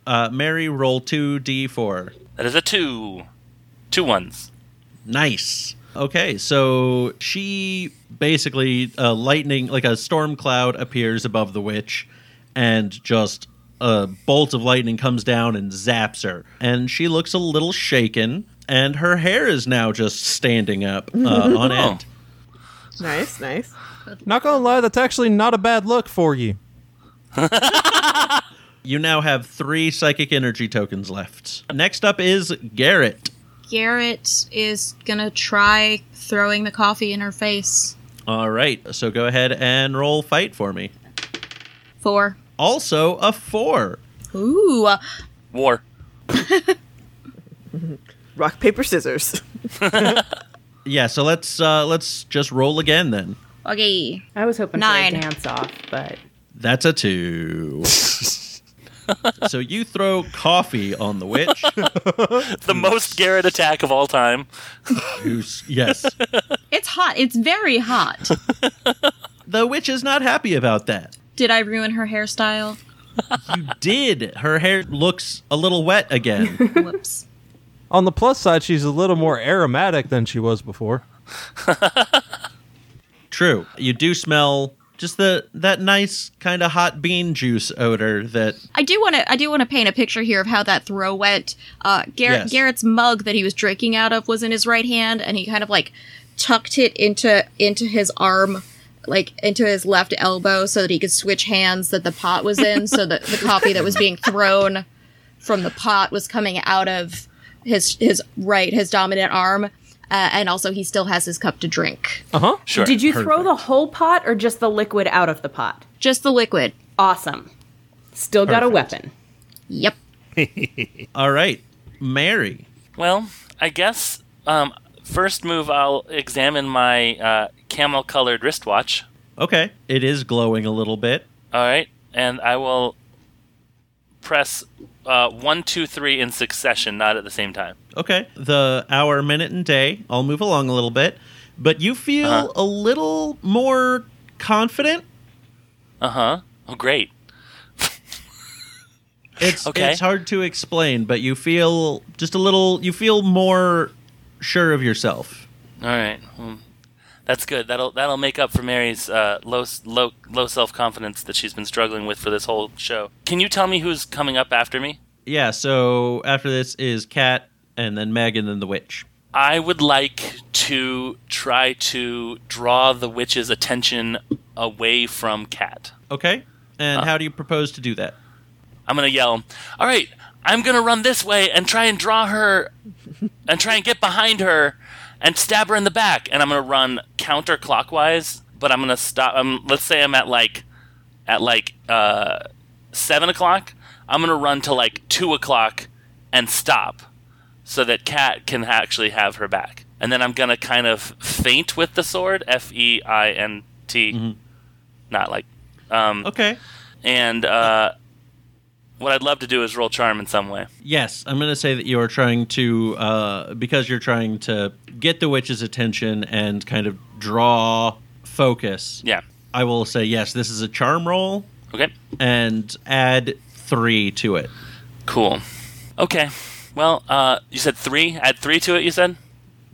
Speaker 1: uh, Mary, roll 2d4.
Speaker 2: That is a two. Two ones.
Speaker 1: Nice. Okay, so she basically, uh, lightning, like a storm cloud appears above the witch, and just a bolt of lightning comes down and zaps her. And she looks a little shaken, and her hair is now just standing up uh, on end.
Speaker 5: nice, nice.
Speaker 3: Not gonna lie, that's actually not a bad look for you.
Speaker 1: You now have three psychic energy tokens left. Next up is Garrett.
Speaker 6: Garrett is gonna try throwing the coffee in her face.
Speaker 1: All right, so go ahead and roll fight for me.
Speaker 6: Four.
Speaker 1: Also a four.
Speaker 6: Ooh, uh,
Speaker 2: War.
Speaker 5: Rock, paper, scissors.
Speaker 1: Yeah, so let's uh, let's just roll again then.
Speaker 6: okay.
Speaker 4: I was hoping
Speaker 6: Nine.
Speaker 4: for a dance off, but
Speaker 1: That's a two. so you throw coffee on the witch,
Speaker 2: The most Garrett attack of all time.
Speaker 1: who's yes,
Speaker 6: It's hot. It's very hot.
Speaker 1: the witch is not happy about that.
Speaker 6: Did I ruin her hairstyle?
Speaker 1: You did. Her hair looks a little wet again.
Speaker 6: Whoops.
Speaker 3: On the plus side, she's a little more aromatic than she was before.
Speaker 1: True. You do smell just the that nice kind of hot bean juice odor that
Speaker 6: I do want to. I do want to paint a picture here of how that throw went. Uh, Garrett,
Speaker 1: Yes.
Speaker 6: Garrett's mug that he was drinking out of was in his right hand, and he kind of like tucked it into into his arm, like into his left elbow, so that he could switch hands that the pot was in, so that the coffee that was being thrown from the pot was coming out of his his right his dominant arm, uh, and also he still has his cup to drink.
Speaker 2: Sure.
Speaker 4: did you throw the whole pot or just the liquid out of the pot?
Speaker 6: Just the liquid.
Speaker 4: Awesome. Still got a weapon.
Speaker 6: Yep.
Speaker 1: all right, Mary.
Speaker 2: Well, I guess um, first move I'll examine my uh, camel colored wristwatch.
Speaker 1: Okay, it is glowing a little bit.
Speaker 2: All right, and I will press uh, one, two, three in succession, not at the same time.
Speaker 1: Okay, the hour, minute, and day. I'll move along a little bit, but you feel a little more confident.
Speaker 2: Uh huh. Oh, great.
Speaker 1: It's
Speaker 2: Okay.
Speaker 1: it's hard to explain, but you feel just a little. You feel more sure of yourself.
Speaker 2: All right. Hmm. That's good. That'll that'll make up for Mary's uh, low s- low low self confidence that she's been struggling with for this whole show. Can you tell me who's coming up after me?
Speaker 1: Yeah. So after this is Cat, and then Meg, and then the witch.
Speaker 2: I would like to try to draw the witch's attention away from Cat.
Speaker 1: Okay. And how do you propose to do that?
Speaker 2: I'm gonna yell, "All right, I'm gonna run this way and try and draw her, and try and get behind her, and stab her in the back." And I'm gonna run counterclockwise, but I'm gonna stop. Um, let's say I'm at like, at like uh, seven o'clock. I'm gonna run to like two o'clock and stop, so that Cat can ha- actually have her back. And then I'm gonna kind of feint with the sword, F E I N T, not like, um,
Speaker 1: Okay.
Speaker 2: and uh, what I'd love to do is roll charm in some way.
Speaker 1: Yes, I'm going to say that you are trying to, uh, because you're trying to get the witch's attention and kind of draw focus.
Speaker 2: Yeah.
Speaker 1: I will say yes. This is a charm roll,
Speaker 2: Okay.
Speaker 1: and add three to it.
Speaker 2: Cool. Okay. Well, uh, you said three. Add three to it. You said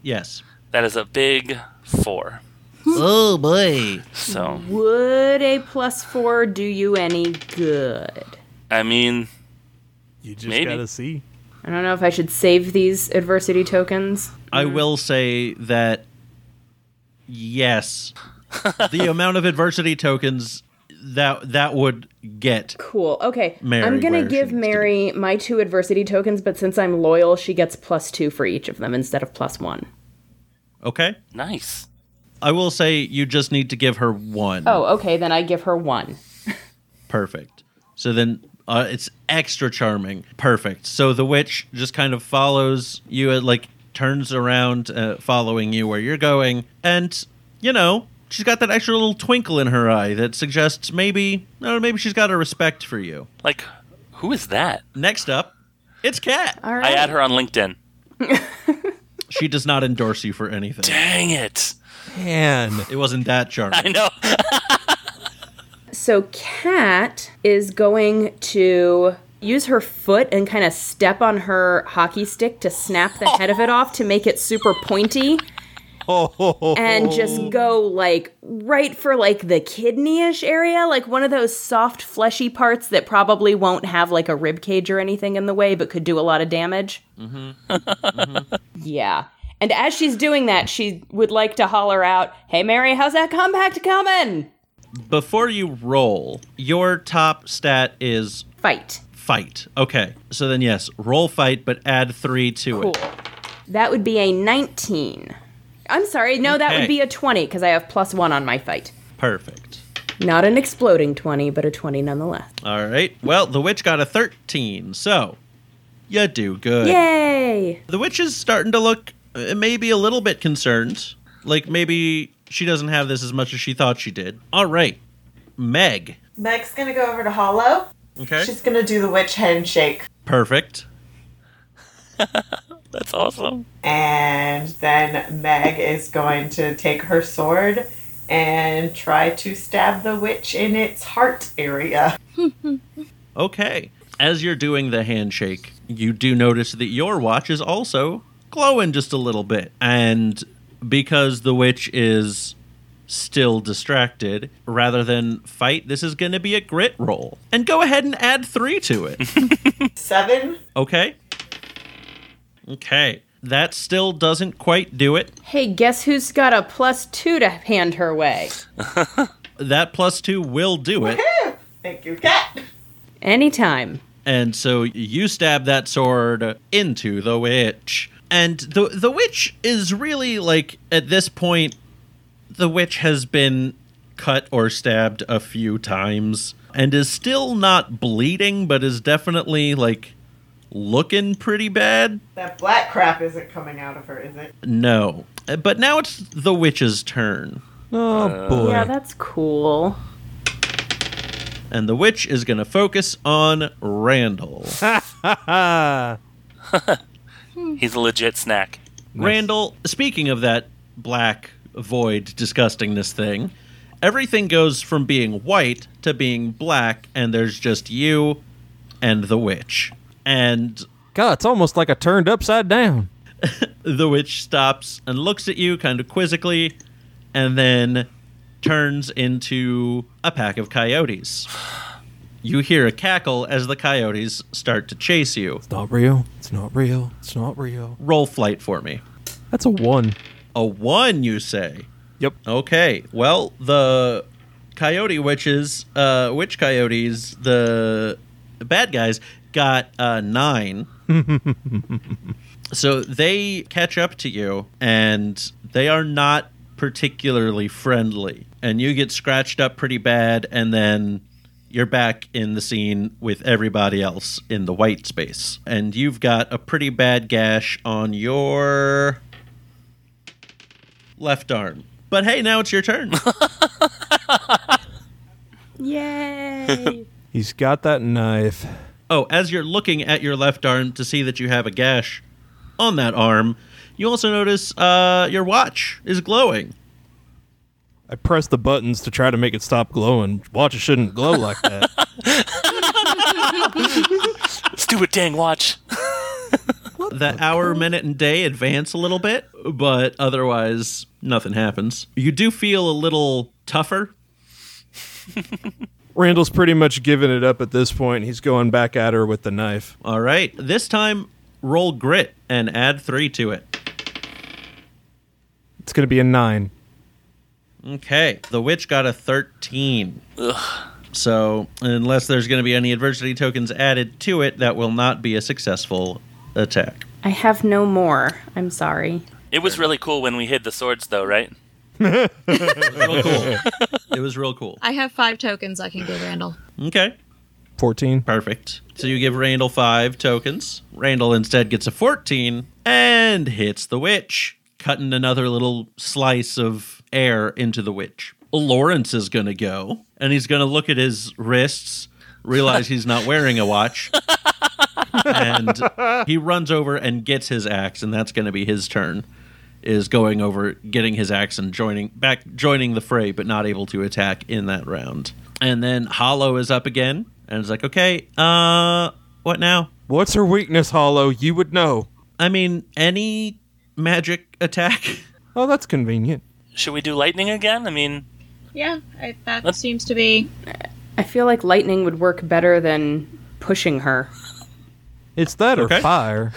Speaker 1: Yes.
Speaker 2: that is a big four.
Speaker 1: oh boy.
Speaker 2: So
Speaker 4: Would a plus four do you any good?
Speaker 2: I mean,
Speaker 3: You just
Speaker 2: Maybe.
Speaker 3: gotta see.
Speaker 4: I don't know if I should save these adversity tokens.
Speaker 1: I will say that yes, the amount of adversity tokens that that would get.
Speaker 4: Cool. Okay.
Speaker 1: Mary,
Speaker 4: I'm going
Speaker 1: where
Speaker 4: to
Speaker 1: she
Speaker 4: give
Speaker 1: needs to be.
Speaker 4: Mary my two adversity tokens, but since I'm loyal, she gets plus two for each of them instead of plus one.
Speaker 1: Okay.
Speaker 2: nice.
Speaker 1: I will say you just need to give her one.
Speaker 4: Oh, okay. Then I give her one.
Speaker 1: Perfect. So then uh, it's extra charming. Perfect. So the witch just kind of follows you, uh, like turns around, uh, following you where you're going. And, you know, she's got that extra little twinkle in her eye that suggests maybe, no, maybe she's got a respect for you.
Speaker 2: Like, who is that?
Speaker 1: Next up, it's Kat.
Speaker 4: All
Speaker 2: I
Speaker 4: right.
Speaker 2: add her on LinkedIn.
Speaker 1: She does not endorse you for anything.
Speaker 2: Dang it!
Speaker 3: Man,
Speaker 1: It wasn't that charming.
Speaker 2: I know.
Speaker 4: So Kat is going to use her foot and kind of step on her hockey stick to snap the head of it off to make it super pointy and just go like right for like the kidney-ish area, like one of those soft fleshy parts that probably won't have like a rib cage or anything in the way but could do a lot of damage. yeah. And as she's doing that, she would like to holler out, "Hey Mary, how's that compact coming?"
Speaker 1: Before you roll, your top stat is
Speaker 4: Fight.
Speaker 1: fight. Okay. So then, yes, roll fight, but add three to
Speaker 4: Cool.
Speaker 1: it.
Speaker 4: That would be a 19. I'm sorry, no, that
Speaker 1: Okay.
Speaker 4: would be a 20 because I have plus one on my fight.
Speaker 1: Perfect.
Speaker 4: Not an exploding 20, but a 20 nonetheless.
Speaker 1: All right. Well, the witch got a 13, so you do good.
Speaker 4: Yay!
Speaker 1: The witch is starting to look uh, maybe a little bit concerned. Like maybe she doesn't have this as much as she thought she did. All right. Meg.
Speaker 7: Meg's gonna go over to Hollow.
Speaker 1: Okay.
Speaker 7: She's gonna do the witch handshake.
Speaker 1: Perfect.
Speaker 2: That's awesome.
Speaker 7: And then Meg is going to take her sword and try to stab the witch in its heart area.
Speaker 1: Okay. As you're doing the handshake, you do notice that your watch is also glowing just a little bit. And because the witch is still distracted, rather than fight, this is going to be a grit roll. And go ahead and add three to it.
Speaker 7: Seven.
Speaker 1: Okay? Okay. That still doesn't quite do it.
Speaker 4: Hey, guess who's got a plus two to hand her way?
Speaker 1: That plus two will do it.
Speaker 7: Thank you, cat.
Speaker 4: Anytime.
Speaker 1: And so you stab that sword into the witch. And the the witch is really like at this point the witch has been cut or stabbed a few times and is still not bleeding but is definitely like looking pretty bad.
Speaker 7: That black crap isn't coming out of her, is it?
Speaker 1: No. Uh, But now it's the witch's turn.
Speaker 3: Oh boy.
Speaker 4: Yeah, that's cool.
Speaker 1: And the witch is going to focus on Randall.
Speaker 3: Ah.
Speaker 2: He's a legit snack.
Speaker 1: Randall, speaking of that black void disgustingness thing, everything goes from being white to being black, and there's just you and the witch. And
Speaker 3: God, it's almost like I turned upside down.
Speaker 1: the witch stops and looks at you kind of quizzically, and then turns into a pack of coyotes. You hear a cackle as the coyotes start to chase you.
Speaker 3: It's not real. It's not real. It's not real.
Speaker 1: Roll flight for me.
Speaker 3: That's a one.
Speaker 1: A one, you say?
Speaker 3: Yep.
Speaker 1: Okay. Well, the coyote witches, uh, witch coyotes, the bad guys got uh, nine. so they catch up to you, and they are not particularly friendly. And you get scratched up pretty bad, and then you're back in the scene with everybody else in the white space. And you've got a pretty bad gash on your left arm. But hey, now it's your turn.
Speaker 4: Yay!
Speaker 3: He's got that knife.
Speaker 1: oh, as you're looking at your left arm to see that you have a gash on that arm, you also notice uh, your watch is glowing.
Speaker 3: I pressed the buttons to try to make it stop glowing. Watches shouldn't glow like that.
Speaker 2: Stupid dang watch.
Speaker 1: The hour, minute, and day advance a little bit, but otherwise, nothing happens. You do feel a little tougher.
Speaker 3: Randall's pretty much giving it up at this point. He's going back at her with the knife.
Speaker 1: All right. This time, roll grit and add three to it.
Speaker 3: It's going to be a nine.
Speaker 1: Okay. The witch got a 13. So, unless there's going to be any adversity tokens added to it, that will not be a successful attack.
Speaker 4: I have no more. I'm sorry.
Speaker 2: It was really cool when we hid the swords, though, right?
Speaker 1: Real cool. it was real cool.
Speaker 6: I have five tokens I can give Randall.
Speaker 1: Okay.
Speaker 3: 14.
Speaker 1: Perfect. So you give Randall five tokens. Randall instead gets a 14 and hits the witch, cutting another little slice of air into the witch. Lawrence is going to go and he's going to look at his wrists, realize he's not wearing a watch. and he runs over and gets his axe and that's going to be his turn is going over getting his axe and joining back joining the fray but not able to attack in that round and then hollow is up again and it's like okay uh what now
Speaker 3: What's her weakness, Hollow? You would know.
Speaker 1: i mean any magic attack
Speaker 3: Oh, that's convenient.
Speaker 2: Should we do lightning again? I mean,
Speaker 6: Yeah, I, that seems to be.
Speaker 4: I feel like lightning would work better than pushing her.
Speaker 3: It's that
Speaker 1: Okay.
Speaker 3: or fire.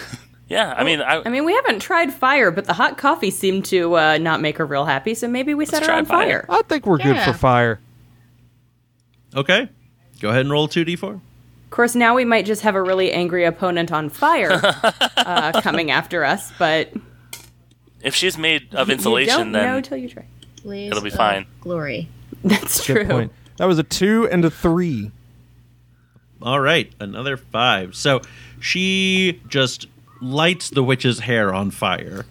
Speaker 2: yeah.
Speaker 4: Oh,
Speaker 2: I mean, I,
Speaker 4: I mean, we haven't tried fire, but the hot coffee seemed to uh, not make her real happy, so maybe we set her
Speaker 2: try
Speaker 4: on
Speaker 2: fire.
Speaker 4: fire.
Speaker 3: I think we're good
Speaker 6: Yeah.
Speaker 3: for fire.
Speaker 1: okay go ahead and roll 2d4
Speaker 4: Of course, now we might just have a really angry opponent on fire uh, coming after us, but
Speaker 2: If she's made of
Speaker 4: you
Speaker 2: insulation,
Speaker 4: don't know
Speaker 2: then
Speaker 4: till you try.
Speaker 6: Blaze
Speaker 2: It'll be
Speaker 6: of
Speaker 2: fine.
Speaker 6: Glory.
Speaker 4: That's
Speaker 3: Good
Speaker 4: true.
Speaker 3: point. That was a two and a three.
Speaker 1: All right, another five. So she just lights the witch's hair on fire.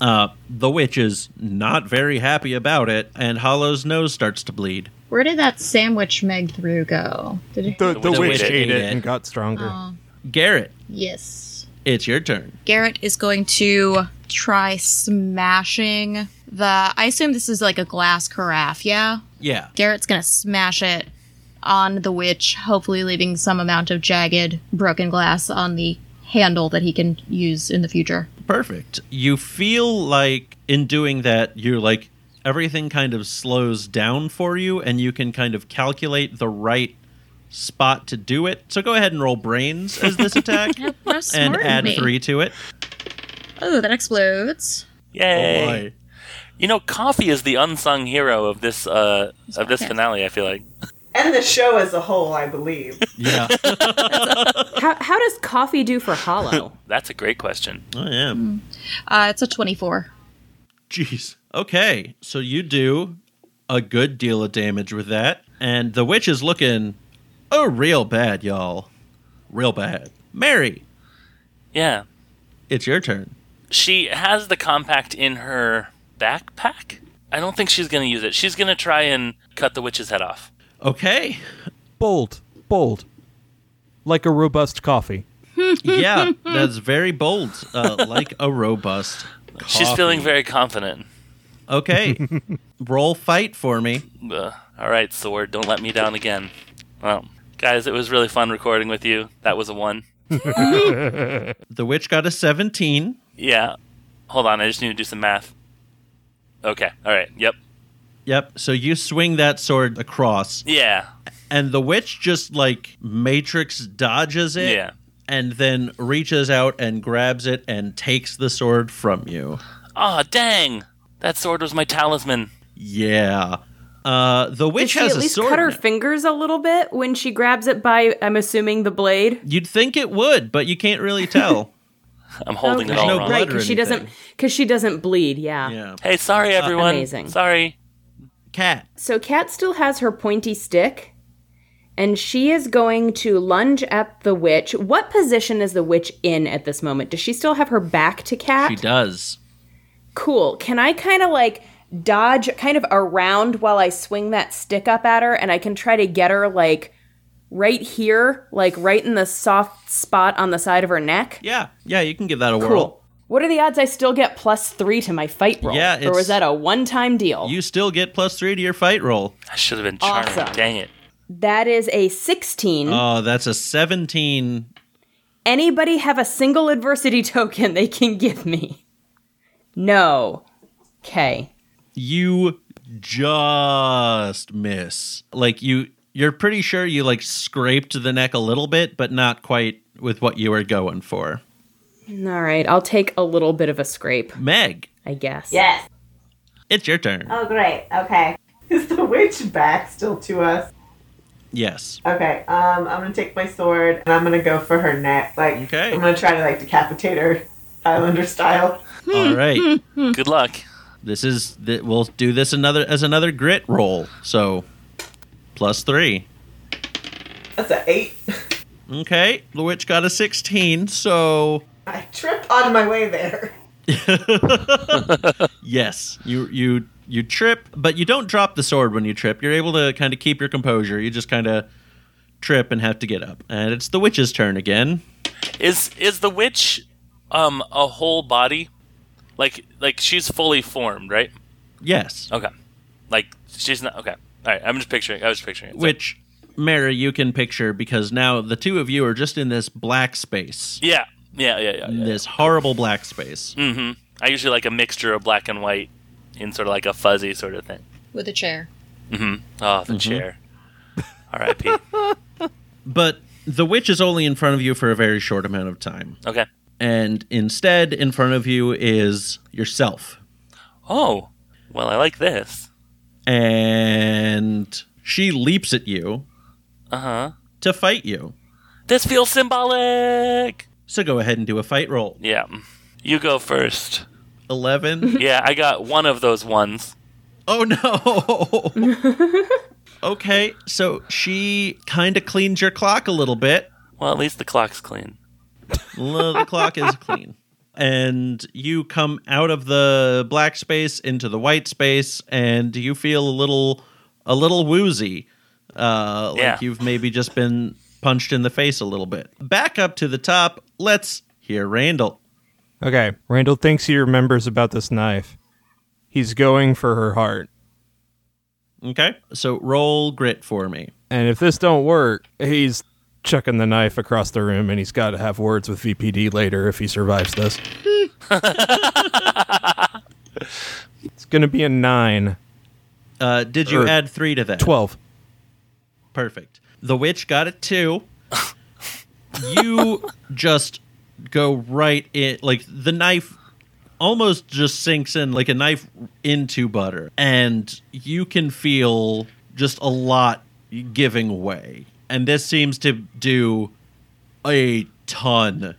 Speaker 1: Uh, the witch is not very happy about it, and Hollow's nose starts to bleed.
Speaker 6: Where did that sandwich Meg through go? Did it?
Speaker 3: The,
Speaker 2: The witch
Speaker 3: witch
Speaker 2: ate
Speaker 3: ate
Speaker 1: it.
Speaker 3: it and got stronger.
Speaker 1: Garrett,
Speaker 6: yes.
Speaker 1: it's your turn.
Speaker 6: Garrett is going to try smashing the. I assume this is like a glass carafe, yeah?
Speaker 1: Yeah.
Speaker 6: Garrett's gonna smash it on the witch, hopefully leaving some amount of jagged, broken glass on the handle that he can use in the future.
Speaker 1: Perfect. You feel like in doing that, you're like everything kind of slows down for you, and you can kind of calculate the right spot to do it. So go ahead and roll brains as this attack,
Speaker 6: How
Speaker 1: and
Speaker 6: smart of
Speaker 1: add
Speaker 6: me.
Speaker 1: three to it.
Speaker 6: Oh, that explodes.
Speaker 1: Oh,
Speaker 2: yay!
Speaker 1: boy.
Speaker 2: you know, coffee is the unsung hero of this uh, of this
Speaker 6: podcast.
Speaker 2: finale. I feel like
Speaker 7: And the show as a whole, I believe.
Speaker 1: Yeah.
Speaker 4: How, how does coffee do for Hollow?
Speaker 2: that's a great question.
Speaker 1: I am.
Speaker 6: Uh, it's a 24.
Speaker 1: Jeez. Okay. So you do a good deal of damage with that. And the witch is looking oh real bad, y'all. Real bad. Mary,
Speaker 2: Yeah,
Speaker 1: it's your turn.
Speaker 2: she has the compact in her backpack. I don't think she's going to use it. She's going to try and cut the witch's head off.
Speaker 1: Okay.
Speaker 3: Bold, bold, like a robust coffee.
Speaker 1: Yeah, that's very bold. Uh, like a robust.
Speaker 2: She's
Speaker 1: coffee.
Speaker 2: feeling very confident.
Speaker 1: Okay. Roll fight for me.
Speaker 2: Ugh. All right, sword, don't let me down again. Well, guys, it was really fun recording with you. That was a one.
Speaker 1: The witch got a 17.
Speaker 2: Yeah. Hold on, I just need to do some math. Okay. All right. Yep.
Speaker 1: Yep. So you swing that sword across,
Speaker 2: Yeah.
Speaker 1: and the witch just like matrix dodges it.
Speaker 2: Yeah.
Speaker 1: and then reaches out and grabs it and takes the sword from you.
Speaker 2: Aw, Ah, dang! That sword was my talisman.
Speaker 1: Yeah. Uh, the
Speaker 4: Did
Speaker 1: witch
Speaker 4: she
Speaker 1: has
Speaker 4: at
Speaker 1: a
Speaker 4: least
Speaker 1: sword.
Speaker 4: cut her
Speaker 1: now.
Speaker 4: fingers a little bit when she grabs it by, I'm assuming, the blade?
Speaker 1: You'd think it would, but you can't really tell.
Speaker 2: I'm holding it
Speaker 1: There's
Speaker 2: all
Speaker 1: no
Speaker 2: wrong.
Speaker 1: blood
Speaker 4: Right,
Speaker 1: or
Speaker 4: because she doesn't,
Speaker 1: anything.
Speaker 4: because she doesn't bleed. Yeah.
Speaker 1: yeah.
Speaker 2: Hey, sorry everyone.
Speaker 4: Uh, Amazing.
Speaker 2: Sorry.
Speaker 1: Cat.
Speaker 4: So Kat still has her pointy stick, and she is going to lunge at the witch. What position is the witch in at this moment? Does she still have her back to Kat?
Speaker 1: She does.
Speaker 4: Cool. Can I kind of like dodge kind of around while I swing that stick up at her and I can try to get her like right here, like right in the soft spot on the side of her neck?
Speaker 1: Yeah. Yeah, you can give that a whirl.
Speaker 4: Cool. What are the odds I still get plus three to my fight roll?
Speaker 1: Yeah,
Speaker 4: or
Speaker 1: it's-
Speaker 4: was that a one time deal?
Speaker 1: You still get plus three to your fight roll.
Speaker 2: I should have been charming.
Speaker 4: Awesome.
Speaker 2: Dang it.
Speaker 4: that is a 16.
Speaker 1: Oh, that's a 17.
Speaker 4: Anybody have a single adversity token they can give me? No. Okay.
Speaker 1: You just miss. Like you you're pretty sure you like scraped the neck a little bit, but not quite with what you were going for.
Speaker 4: All right. I'll take a little bit of a scrape,
Speaker 1: Meg,
Speaker 4: I guess.
Speaker 7: yes.
Speaker 1: it's your turn.
Speaker 5: Uh,
Speaker 7: Oh, great. Okay. Is the witch back still to us?
Speaker 1: Yes.
Speaker 7: Okay. Um, I'm gonna take my sword and I'm gonna go for her neck. Like,
Speaker 1: Okay.
Speaker 7: I'm gonna try to like decapitate her, Islander style.
Speaker 1: All right.
Speaker 4: Hmm.
Speaker 2: Good luck.
Speaker 1: This is th- we'll do this another as another grit roll. So plus 3.
Speaker 7: That's an eight.
Speaker 1: Okay. The witch got a 16, so
Speaker 7: I trip on my way there.
Speaker 1: yes, you you you trip, but you don't drop the sword when you trip. You're able to kind of keep your composure. You just kind of trip and have to get up. And it's the witch's turn again.
Speaker 2: Is is the witch um a whole body? Like like she's fully formed, right?
Speaker 1: Yes.
Speaker 2: Okay. Like she's not okay. All right, I'm just picturing. I was picturing it.
Speaker 1: Which Mary, you can picture because now the two of you are just in this black space.
Speaker 2: yeah. Yeah, yeah, yeah. yeah.
Speaker 1: This horrible black space.
Speaker 2: I usually like a mixture of black and white in sort of like a fuzzy sort of thing.
Speaker 6: With a chair.
Speaker 2: Oh, the chair. R.I.P.
Speaker 1: But the witch is only in front of you for a very short amount of time.
Speaker 2: okay.
Speaker 1: And instead, in front of you is yourself.
Speaker 2: Oh, well, I like this.
Speaker 1: And she leaps at you
Speaker 2: Uh huh.
Speaker 1: to fight you.
Speaker 2: This feels symbolic.
Speaker 1: So go ahead and do a fight roll.
Speaker 2: Yeah. You go first.
Speaker 1: 11.
Speaker 2: Yeah, I got one of those ones.
Speaker 1: oh no. okay, so she kind of cleaned your clock a little bit.
Speaker 2: Well, at least the clock's clean.
Speaker 1: Well, the clock is clean. And you come out of the black space into the white space, and you feel a little, a little woozy, uh, like
Speaker 2: Yeah.
Speaker 1: you've maybe just been punched in the face a little bit. Back up to the top. Let's hear Randall.
Speaker 3: Okay. Randall thinks he remembers about this knife. He's going for her heart.
Speaker 1: Okay, so roll grit for me.
Speaker 3: And if this don't work, he's chucking the knife across the room and he's got to have words with VPD later if he survives this. it's going to be a 9.
Speaker 1: Uh, did you
Speaker 3: Er,
Speaker 1: add three to that?
Speaker 3: 12.
Speaker 1: Perfect. The witch got it too. you just go right in, like the knife almost just sinks in like a knife into butter, and you can feel just a lot giving way. And this seems to do a ton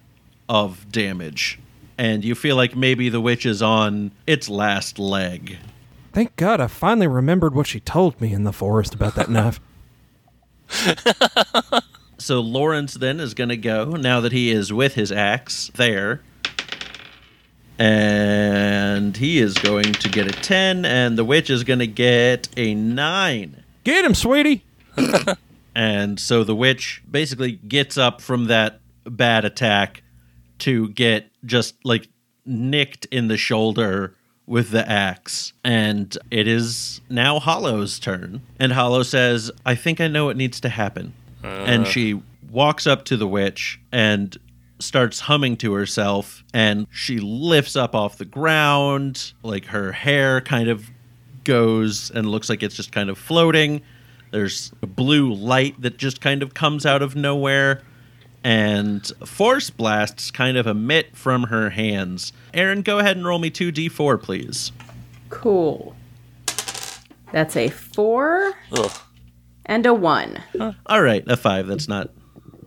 Speaker 1: of damage. And you feel like maybe the witch is on its last leg.
Speaker 3: Thank God I finally remembered what she told me in the forest about that knife.
Speaker 1: So Lawrence then is going to go now that he is with his axe there. And he is going to get a 10, and the witch is going to get a 9.
Speaker 3: Get him, sweetie.
Speaker 1: And so the witch basically gets up from that bad attack to get just like nicked in the shoulder with the axe. And it is now Hollow's turn. And Hollow says, I think I know what needs to happen. And she walks up to the witch and starts humming to herself. And she lifts up off the ground, like her hair kind of goes and looks like it's just kind of floating. There's a blue light that just kind of comes out of nowhere. And force blasts kind of emit from her hands. Aaron, go ahead and roll me 2d4, please.
Speaker 4: Cool. That's a four
Speaker 2: Ugh.
Speaker 4: and a one.
Speaker 1: All right, a five. That's not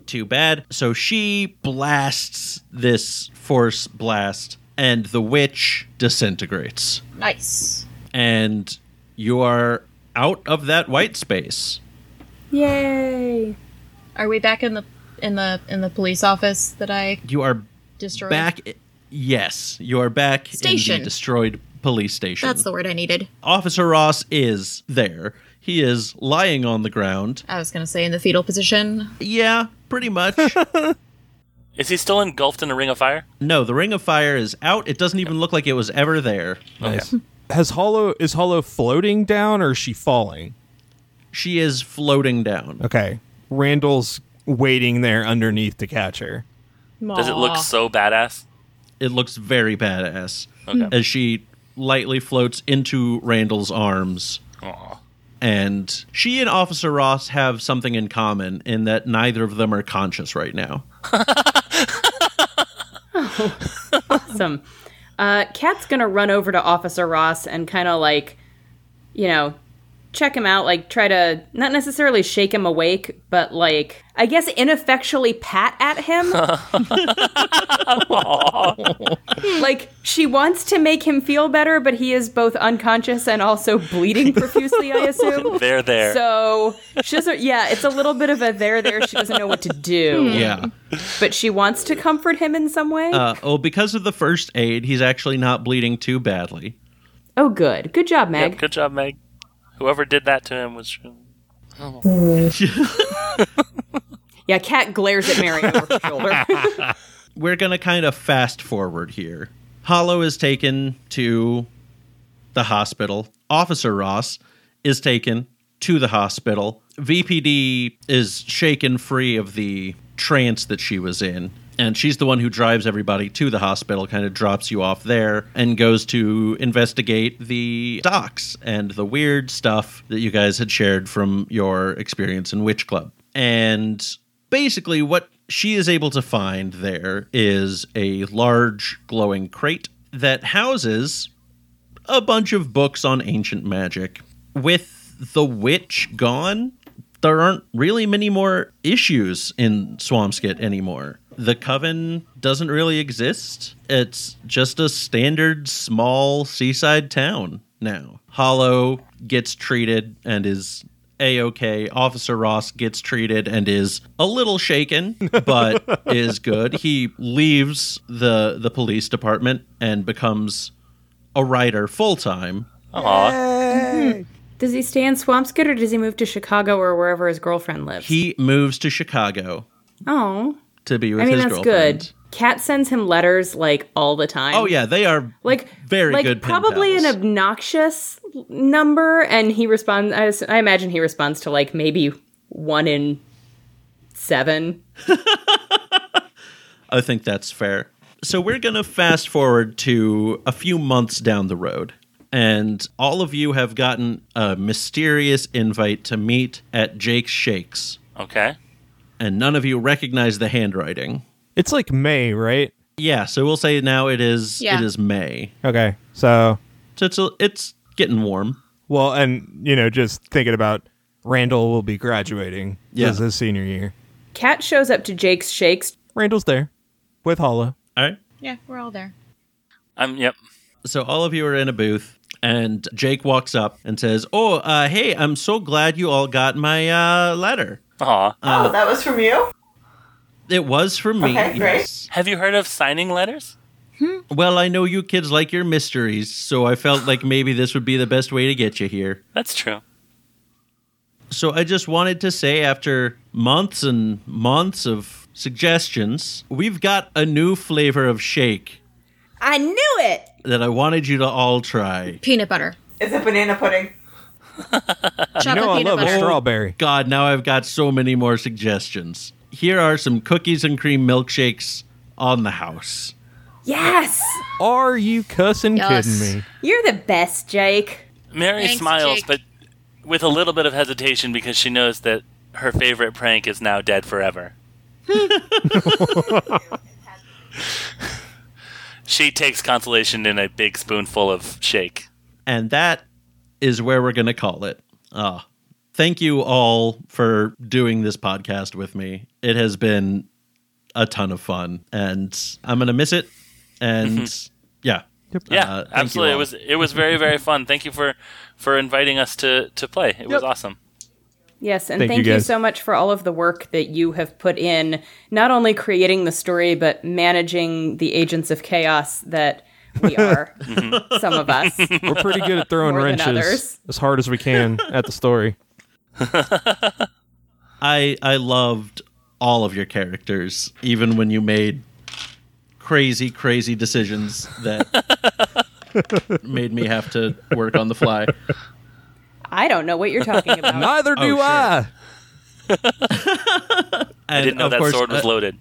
Speaker 1: too bad. So she blasts this force blast, and the witch disintegrates.
Speaker 6: Nice.
Speaker 1: And you are out of that white space.
Speaker 4: Yay.
Speaker 6: Are we back in the in the in the police office that I
Speaker 1: You are
Speaker 6: destroyed?
Speaker 1: back. Yes, you are back in
Speaker 6: Station.
Speaker 1: the destroyed police station.
Speaker 6: That's the word I needed.
Speaker 1: Officer Ross is there. He is lying on the ground.
Speaker 6: I was gonna say in the fetal position.
Speaker 1: Yeah, pretty much.
Speaker 2: Is he still engulfed in a ring of fire?
Speaker 1: no, the ring of fire is out. It doesn't even look like it was ever there.
Speaker 3: Nice. Has Hollow is Hollow floating down or is she falling?
Speaker 1: She is floating down.
Speaker 3: Okay. Randall's waiting there underneath to catch her.
Speaker 2: Does it look
Speaker 6: Aw.
Speaker 2: so badass?
Speaker 1: It looks very badass as she lightly floats into Randall's arms.
Speaker 2: Aw.
Speaker 1: And she and Officer Ross have something in common in that neither of them are conscious right now.
Speaker 4: Awesome. Uh, Kat's gonna run over to Officer Ross and kind of like, you know, check him out. Like, try to not necessarily shake him awake, but like, I guess ineffectually pat at him. like, she wants to make him feel better, but he is both unconscious and also bleeding profusely. I assume.
Speaker 2: They're there.
Speaker 4: So she doesn't. Yeah, it's a little bit of a there there. She doesn't know what to do,
Speaker 1: Hmm. Yeah.
Speaker 4: but she wants to comfort him in some way.
Speaker 1: Uh, oh, because of the first aid, he's actually not bleeding too badly.
Speaker 4: oh, good. Good job, Meg.
Speaker 2: Yep, good job, Meg. Whoever did that to him was.
Speaker 4: Yeah, Kat glares at Mary over her shoulder.
Speaker 1: we're going to kind of fast forward here. Hollow is taken to the hospital. Officer Ross is taken to the hospital. VPD is shaken free of the trance that she was in. And she's the one who drives everybody to the hospital, kind of drops you off there, and goes to investigate the docs and the weird stuff that you guys had shared from your experience in Witch Club. And basically, what she is able to find there is a large glowing crate that houses a bunch of books on ancient magic. With the witch gone, there aren't really many more issues in Swampskit anymore. The coven doesn't really exist. It's just a standard small seaside town now. Hollow gets treated and is a okay. Officer Ross gets treated and is a little shaken, but is good. He leaves the the police department and becomes a writer full time.
Speaker 2: Aw.
Speaker 4: Does he stay in Swampskit or does he move to Chicago or wherever his girlfriend lives?
Speaker 1: He moves to Chicago
Speaker 4: oh,
Speaker 1: to be with
Speaker 4: I mean
Speaker 1: his
Speaker 4: that's
Speaker 1: girlfriend.
Speaker 4: good. Cat sends him letters like all the time.
Speaker 1: Oh yeah, they are
Speaker 4: like
Speaker 1: very
Speaker 4: like,
Speaker 1: good. pen
Speaker 4: Probably
Speaker 1: pals.
Speaker 4: an obnoxious number, and he responds. I, s- I imagine he responds to like maybe one in seven.
Speaker 1: I think that's fair. So we're going to fast forward to a few months down the road. And all of you have gotten a mysterious invite to meet at Jake's Shakes.
Speaker 2: Okay.
Speaker 1: And none of you recognize the handwriting.
Speaker 3: It's like May, right?
Speaker 1: Yeah, so we'll say now it is
Speaker 6: Yeah.
Speaker 1: it is May.
Speaker 3: Okay. So,
Speaker 1: So it's a, it's getting warm.
Speaker 3: well, and, you know, just thinking about Randall will be graduating
Speaker 1: Yeah.
Speaker 3: as his senior year.
Speaker 4: Cat shows up to Jake's shakes.
Speaker 3: Randall's there with Hollow.
Speaker 1: All right.
Speaker 6: Yeah, we're all there.
Speaker 2: I'm yep.
Speaker 1: So all of you are in a booth, and Jake walks up and says, "Oh, uh, hey, I'm so glad you all got my uh, letter.
Speaker 2: Aw.
Speaker 5: Uh,
Speaker 7: oh, that was from you?
Speaker 1: It was from me.
Speaker 7: Okay, great.
Speaker 2: Have you heard of signing letters?
Speaker 1: Well, I know you kids like your mysteries, so I felt like maybe this would be the best way to get you here.
Speaker 2: That's true.
Speaker 1: So I just wanted to say, after months and months of suggestions, we've got a new flavor of shake
Speaker 4: I knew it.
Speaker 1: that I wanted you to all try.
Speaker 6: Peanut butter.
Speaker 7: Is it banana pudding?
Speaker 6: Chocolate
Speaker 3: Uh, You know, I
Speaker 6: peanut
Speaker 3: love a
Speaker 6: butter.
Speaker 3: strawberry.
Speaker 1: God, now I've got so many more suggestions. Here are some cookies and cream milkshakes on the house.
Speaker 4: Yes,
Speaker 3: Are you cussing
Speaker 6: Yes.
Speaker 3: kidding me?
Speaker 4: you're the best, Jake.
Speaker 2: Mary
Speaker 6: Thanks,
Speaker 2: smiles,
Speaker 6: Jake.
Speaker 2: but with a little bit of hesitation because she knows that her favorite prank is now dead forever. she takes consolation in a big spoonful of shake.
Speaker 1: And that is where we're going to call it. Ah, thank you all for doing this podcast with me. It has been a ton of fun, and I'm going to miss it. And yeah.
Speaker 2: Yeah,
Speaker 1: Uh, thank you
Speaker 2: absolutely. It
Speaker 1: all.
Speaker 2: was it was very very fun. Thank you for for inviting us to to play. It was awesome.
Speaker 4: Yes, and
Speaker 3: Thank
Speaker 4: thank,
Speaker 3: you,
Speaker 4: you,
Speaker 3: guys.
Speaker 4: so much for all of the work that you have put in, not only creating the story, but managing the agents of chaos that we are, some of us.
Speaker 3: We're pretty good at throwing
Speaker 4: More than
Speaker 3: wrenches
Speaker 4: others.
Speaker 3: as hard as we can at the story.
Speaker 1: I I loved all of your characters, even when you made crazy, crazy decisions that made me have to work on the fly.
Speaker 4: I don't know what you're talking about.
Speaker 3: Neither do
Speaker 1: Oh, sure.
Speaker 3: I.
Speaker 1: And
Speaker 2: I didn't know
Speaker 1: of
Speaker 2: that
Speaker 1: course, uh,
Speaker 2: sword was
Speaker 1: a-
Speaker 2: loaded.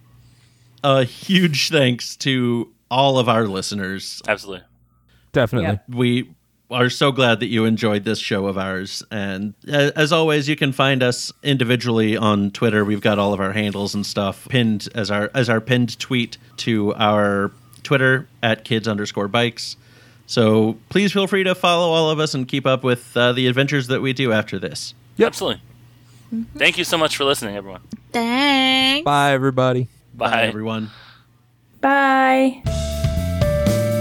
Speaker 1: a huge thanks to all of our listeners.
Speaker 2: Absolutely.
Speaker 3: Definitely.
Speaker 4: Yeah.
Speaker 1: We are so glad that you enjoyed this show of ours. And uh, as always, you can find us individually on Twitter. We've got all of our handles and stuff pinned as our as our pinned tweet to our Twitter at kids underscore bikes. So please feel free to follow all of us and keep up with uh, the adventures that we do after this.
Speaker 3: Yep.
Speaker 2: Absolutely. Thank you so much for listening, everyone.
Speaker 6: Thanks.
Speaker 3: Bye, everybody.
Speaker 1: Bye,
Speaker 2: Bye.
Speaker 1: everyone.
Speaker 4: Bye.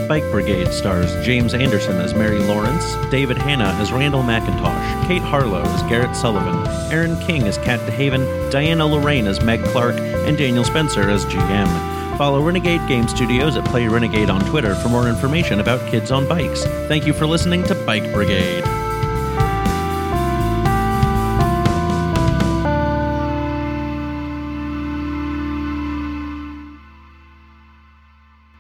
Speaker 1: Bike Brigade stars James Anderson as Mary Lawrence, David Hanna as Randall McIntosh, Kate Harlow as Garrett Sullivan, Aaron King as Kat DeHaven, Diana Lorraine as Meg Clark, and Daniel Spencer as GM. Follow Renegade Game Studios at Play Renegade on Twitter for more information about kids on bikes. Thank you for listening to Bike Brigade.